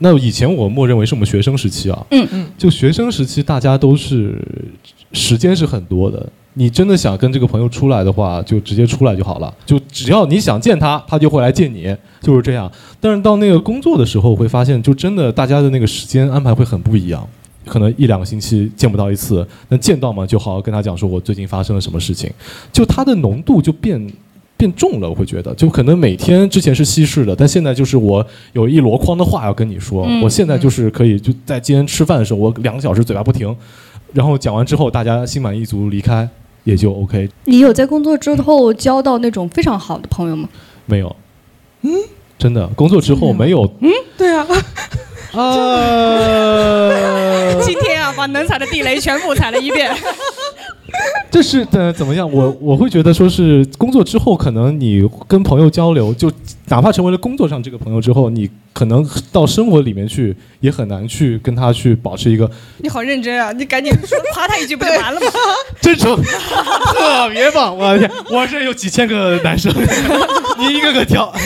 那以前我默认为是我们学生时期啊，嗯嗯，就学生时期大家都是时间是很多的。你真的想跟这个朋友出来的话，就直接出来就好了。就只要你想见他，他就会来见你，就是这样。但是到那个工作的时候，会发现就真的大家的那个时间安排会很不一样。可能一两个星期见不到一次，那见到嘛，就好好跟他讲说我最近发生了什么事情，就它的浓度就变变重了。我会觉得，就可能每天之前是稀释的，但现在就是我有一箩筐的话要跟你说，嗯我现在就是可以就在今天吃饭的时候，我两个小时嘴巴不停，然后讲完之后大家心满意足离开也就 OK，你有在工作之后交到那种非常好的朋友吗？没有，嗯，真的工作之后没有嗯，对啊，呃，今天啊，把能踩的地雷全部踩了一遍。这是呃怎么样？我我会觉得说是工作之后，可能你跟朋友交流，就哪怕成为了工作上这个朋友之后，你可能到生活里面去也很难去跟他去保持一个 [LAUGHS] 你好认真啊！你赶紧说夸他一句不就完了吗？真诚，特别 [LAUGHS] 棒！ [LAUGHS] 我的天，我这有几千个男生， [LAUGHS] 你一个个挑。 [LAUGHS]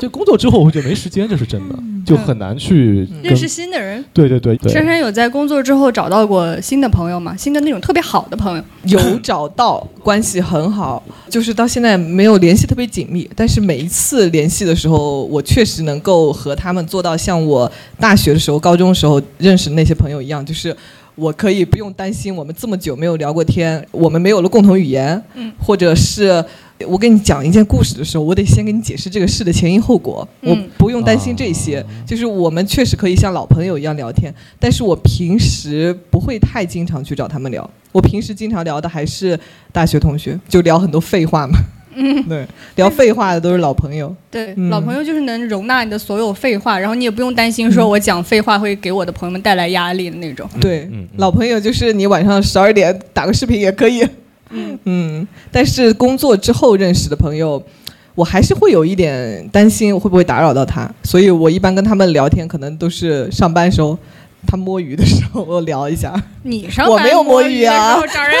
就工作之后，我会觉得没时间，这是真的，就很难去跟嗯认识。新的人。对对对珊对，珊有在工作之后找到过新的朋友吗？新的那种特别好的朋友？有找到，关系很好，就是到现在没有联系特别紧密，但是每一次联系的时候，我确实能够和他们做到像我大学的时候、高中的时候认识的那些朋友一样，就是我可以不用担心我们这么久没有聊过天，我们没有了共同语言，嗯或者是。呃我跟你讲一件故事的时候，我得先跟你解释这个事的前因后果，嗯我不用担心这些。就是我们确实可以像老朋友一样聊天，但是我平时不会太经常去找他们聊。我平时经常聊的还是大学同学，就聊很多废话嘛。 [LAUGHS] 嗯，对，聊废话的都是老朋友。对，嗯老朋友就是能容纳你的所有废话，然后你也不用担心说我讲废话会给我的朋友们带来压力的那种。对，老朋友就是你晚上十二点打个视频也可以。嗯 [LAUGHS] 嗯，但是工作之后认识的朋友，我还是会有一点担心我会不会打扰到他，所以我一般跟他们聊天可能都是上班时候，他摸鱼的时候我聊一下。你上我班没有摸鱼鱼啊的时候找人，啊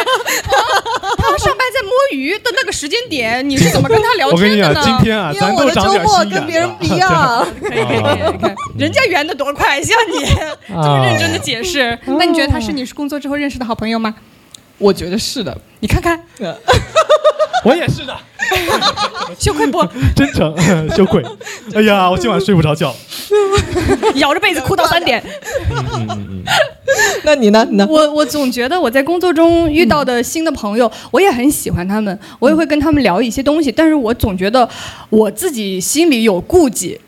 他上班在摸鱼的那个时间点，你是怎么跟他聊我跟天你的讲呢？，今天啊，咱都长点心眼啊。不一 [LAUGHS] 样哎可以可以可以可以，人家圆的多快，像你这啊么认真的解释，那你觉得他是你是工作之后认识的好朋友吗？嗯我觉得是的，你看看，我也是的，羞愧不？真诚， [LAUGHS] 羞愧。哎呀，我今晚睡不着觉。嗯 [LAUGHS] 咬着被子哭到三点。那你呢？你呢？我我总觉得我在工作中遇到的新的朋友，我也很喜欢他们，我也会跟他们聊一些东西，但是我总觉得我自己心里有顾忌。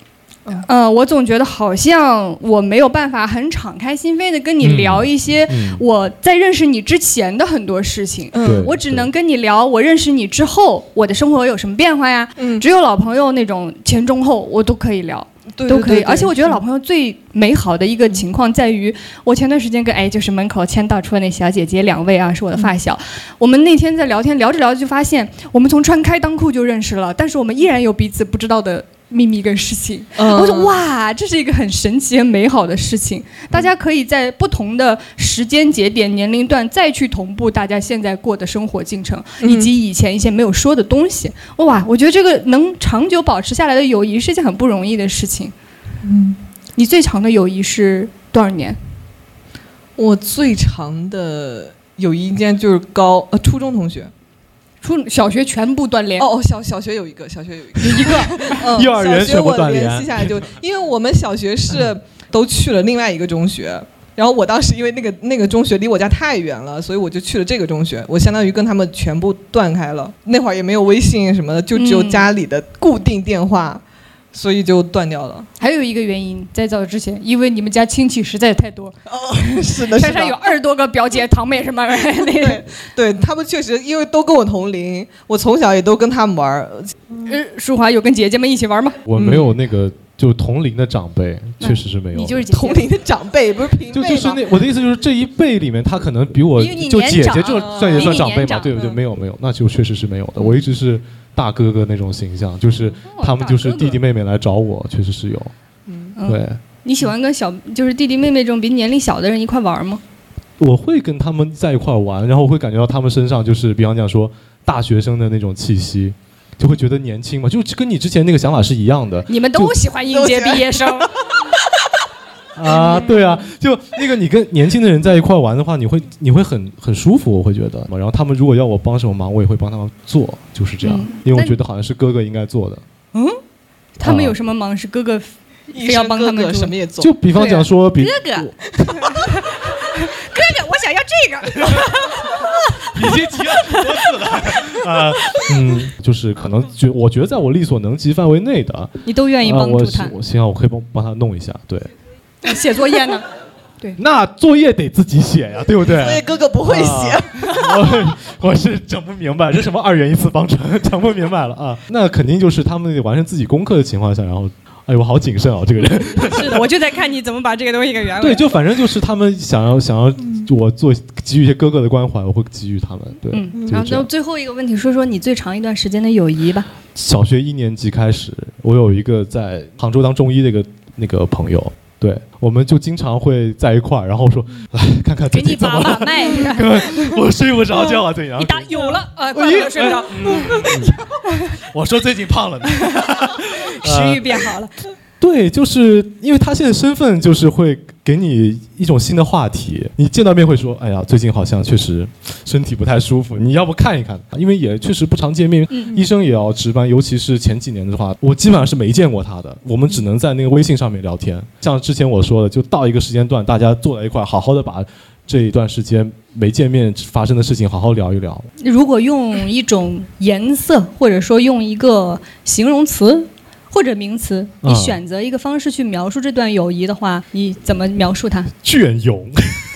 嗯呃，我总觉得好像我没有办法很敞开心扉的跟你嗯聊一些我在认识你之前的很多事情，嗯对我只能跟你聊我认识你之后我的生活有什么变化呀，嗯只有老朋友那种前中后我都可以聊，对都对可以，对而且我觉得是老朋友最美好的一个情况在于，我前段时间跟哎就是门口签到处的那小姐姐两位啊是我的发小，我们那天在聊天聊着聊着就发现，我们从穿开裆裤就认识了，但是我们依然有彼此不知道的。秘密跟事情，嗯我说哇，这是一个很神奇、很美好的事情。大家可以在不同的时间节点、年龄段再去同步大家现在过的生活进程，以及以前一些没有说的东西。哇，我觉得这个能长久保持下来的友谊是一件很不容易的事情。嗯，你最长的友谊是多少年？我最长的友谊应该就是高呃初中同学，初小学全部断联。哦哦，小小学有一个，小学有一个一个，嗯，幼儿园小学全部我断联嗯联系 [LAUGHS] 下来就，因为我们小学是都去了另外一个中学。然后我当时因为那个那个中学离我家太远了，所以我就去了这个中学，我相当于跟他们全部断开了。那会儿也没有微信什么的，就只有嗯家里的固定电话。所以就断掉了。还有一个原因，在早之前，因为你们家亲戚实在太多。哦， [LAUGHS] 是的，是珊的珊有二十多个表姐、堂妹 [LAUGHS] 什么的。对，对他们确实，因为都跟我同龄，我从小也都跟他们玩儿。呃，舒华有跟姐姐们一起玩吗？嗯我没有那个就同龄的长辈，确实是没有。你就是姐姐同龄的长辈，不是平就就是那我的意思就是这一辈里面，他可能比我因为你就年姐长姐就算也比算你长辈年嘛，长嗯对不对？没有没有，那就确实是没有的。我一直是大哥哥那种形象，就是哦他们就是弟弟妹妹来找我，确实是有。嗯对，嗯你喜欢跟小就是弟弟妹妹这种比你年龄小的人一块玩吗？我会跟他们在一块儿玩，然后我会感觉到他们身上就是，比方讲说大学生的那种气息，就会觉得年轻嘛，就跟你之前那个想法是一样的。你们都喜欢应届毕 [LAUGHS] 业生，啊，对啊，就那个你跟年轻的人在一块儿玩的话，你会你会很很舒服，我会觉得。然后他们如果要我帮什么忙，我也会帮他们做，就是这样，嗯因那为我你觉得好像是哥哥应该做的。嗯，他们啊有什么忙是哥哥一非要帮他们生哥啊做哥什么也做就比方讲说比哥哥，哥哥，我想要这个。已经急了很多次了。啊，嗯，就是可能觉我觉得在我力所能及范围内的，你都愿意帮啊我助他希我希望我可以帮帮他弄一下，对。写作业 [LAUGHS] 呢？那作业得自己写呀，对不对？所以哥哥不会写啊我 [LAUGHS] 我是整不明白这什么二元一次方程， [LAUGHS] 整不明白了啊。那肯定就是他们得完成自己功课的情况下，然后，哎呦，我好谨慎啊，这个 [LAUGHS] 人。是的，我就在看你怎么把这个东西给圆回来。对，就反正就是他们想要想要我做给予一些哥哥的关怀，我会给予他们。对，嗯，就是然后这那样最后一个问题，说说你最长一段时间的友谊吧。小学一年级开始，我有一个在杭州当中医的一个那个朋友，对，我们就经常会在一块儿，然后说，哎来看看自己怎么了，麦，我睡不着觉啊，对，然后你打有了啊，怪哎不得睡不着，我说最近胖了呢，食欲变好了。对，就是因为他现在身份就是会给你一种新的话题，你见到面会说，哎呀，最近好像确实身体不太舒服，你要不看一看？因为也确实不常见面，嗯医生也要值班，尤其是前几年的话，我基本上是没见过他的，我们只能在那个微信上面聊天。像之前我说的，就到一个时间段，大家坐在一块儿，好好的把这一段时间没见面发生的事情好好聊一聊。如果用一种颜色，或者说用一个形容词或者名词，你啊选择一个方式去描述这段友谊的话，你怎么描述它？隽永，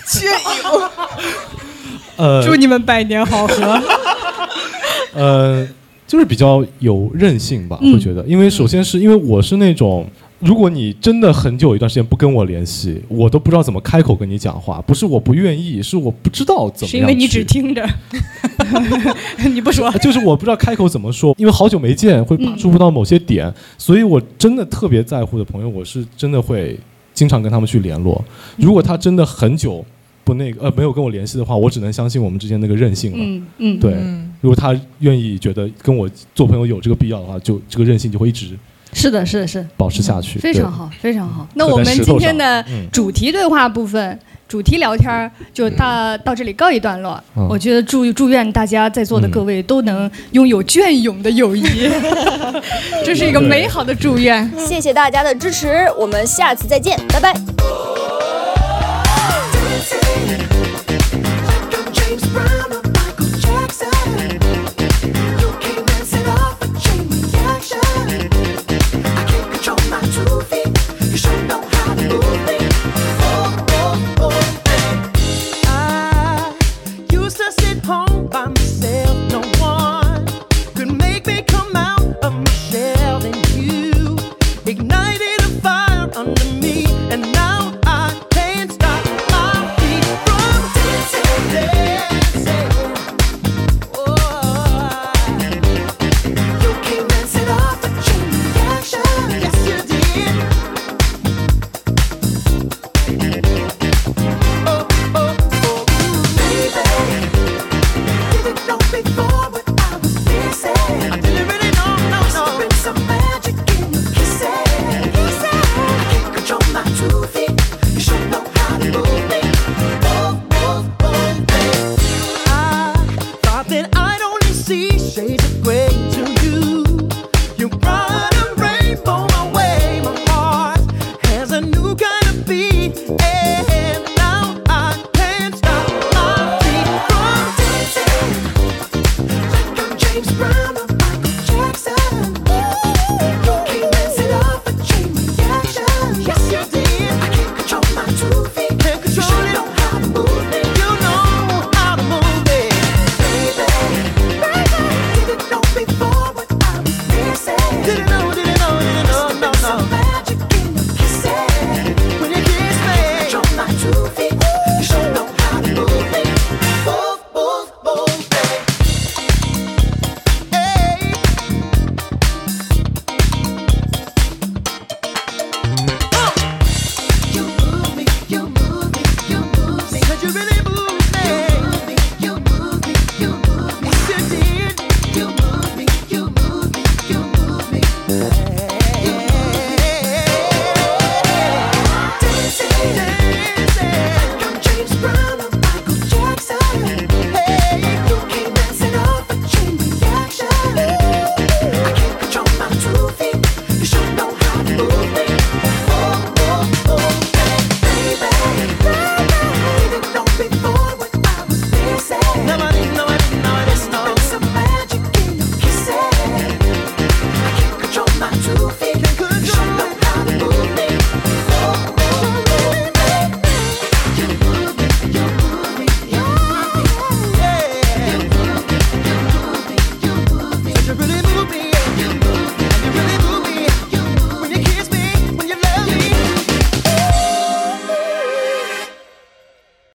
隽永，呃，祝你们百年好合。呃，就是比较有韧性吧，嗯会觉得，因为首先是因为我是那种，如果你真的很久一段时间不跟我联系，我都不知道怎么开口跟你讲话，不是我不愿意，是我不知道怎么样去。是因为你只听着， [LAUGHS] 你不说， [LAUGHS] 就是我不知道开口怎么说，因为好久没见，会把触不到某些点，嗯所以我真的特别在乎的朋友，我是真的会经常跟他们去联络。嗯如果他真的很久不那个呃没有跟我联系的话，我只能相信我们之间那个韧性了。嗯嗯，对，如果他愿意觉得跟我做朋友有这个必要的话，就这个韧性就会一直是的，是的是的，保持下去。嗯非对常好，，非常好。嗯那那我我们们在石头今今天天上的的嗯主题对话部分、主题聊天儿就到到这里告一段落。嗯我觉得祝祝愿大家在座的各位都能拥有隽永的友 [LAUGHS] 谊，这是一个美好的祝愿。谢谢大家的支持，我们下次再见，拜拜。Oh, Oh,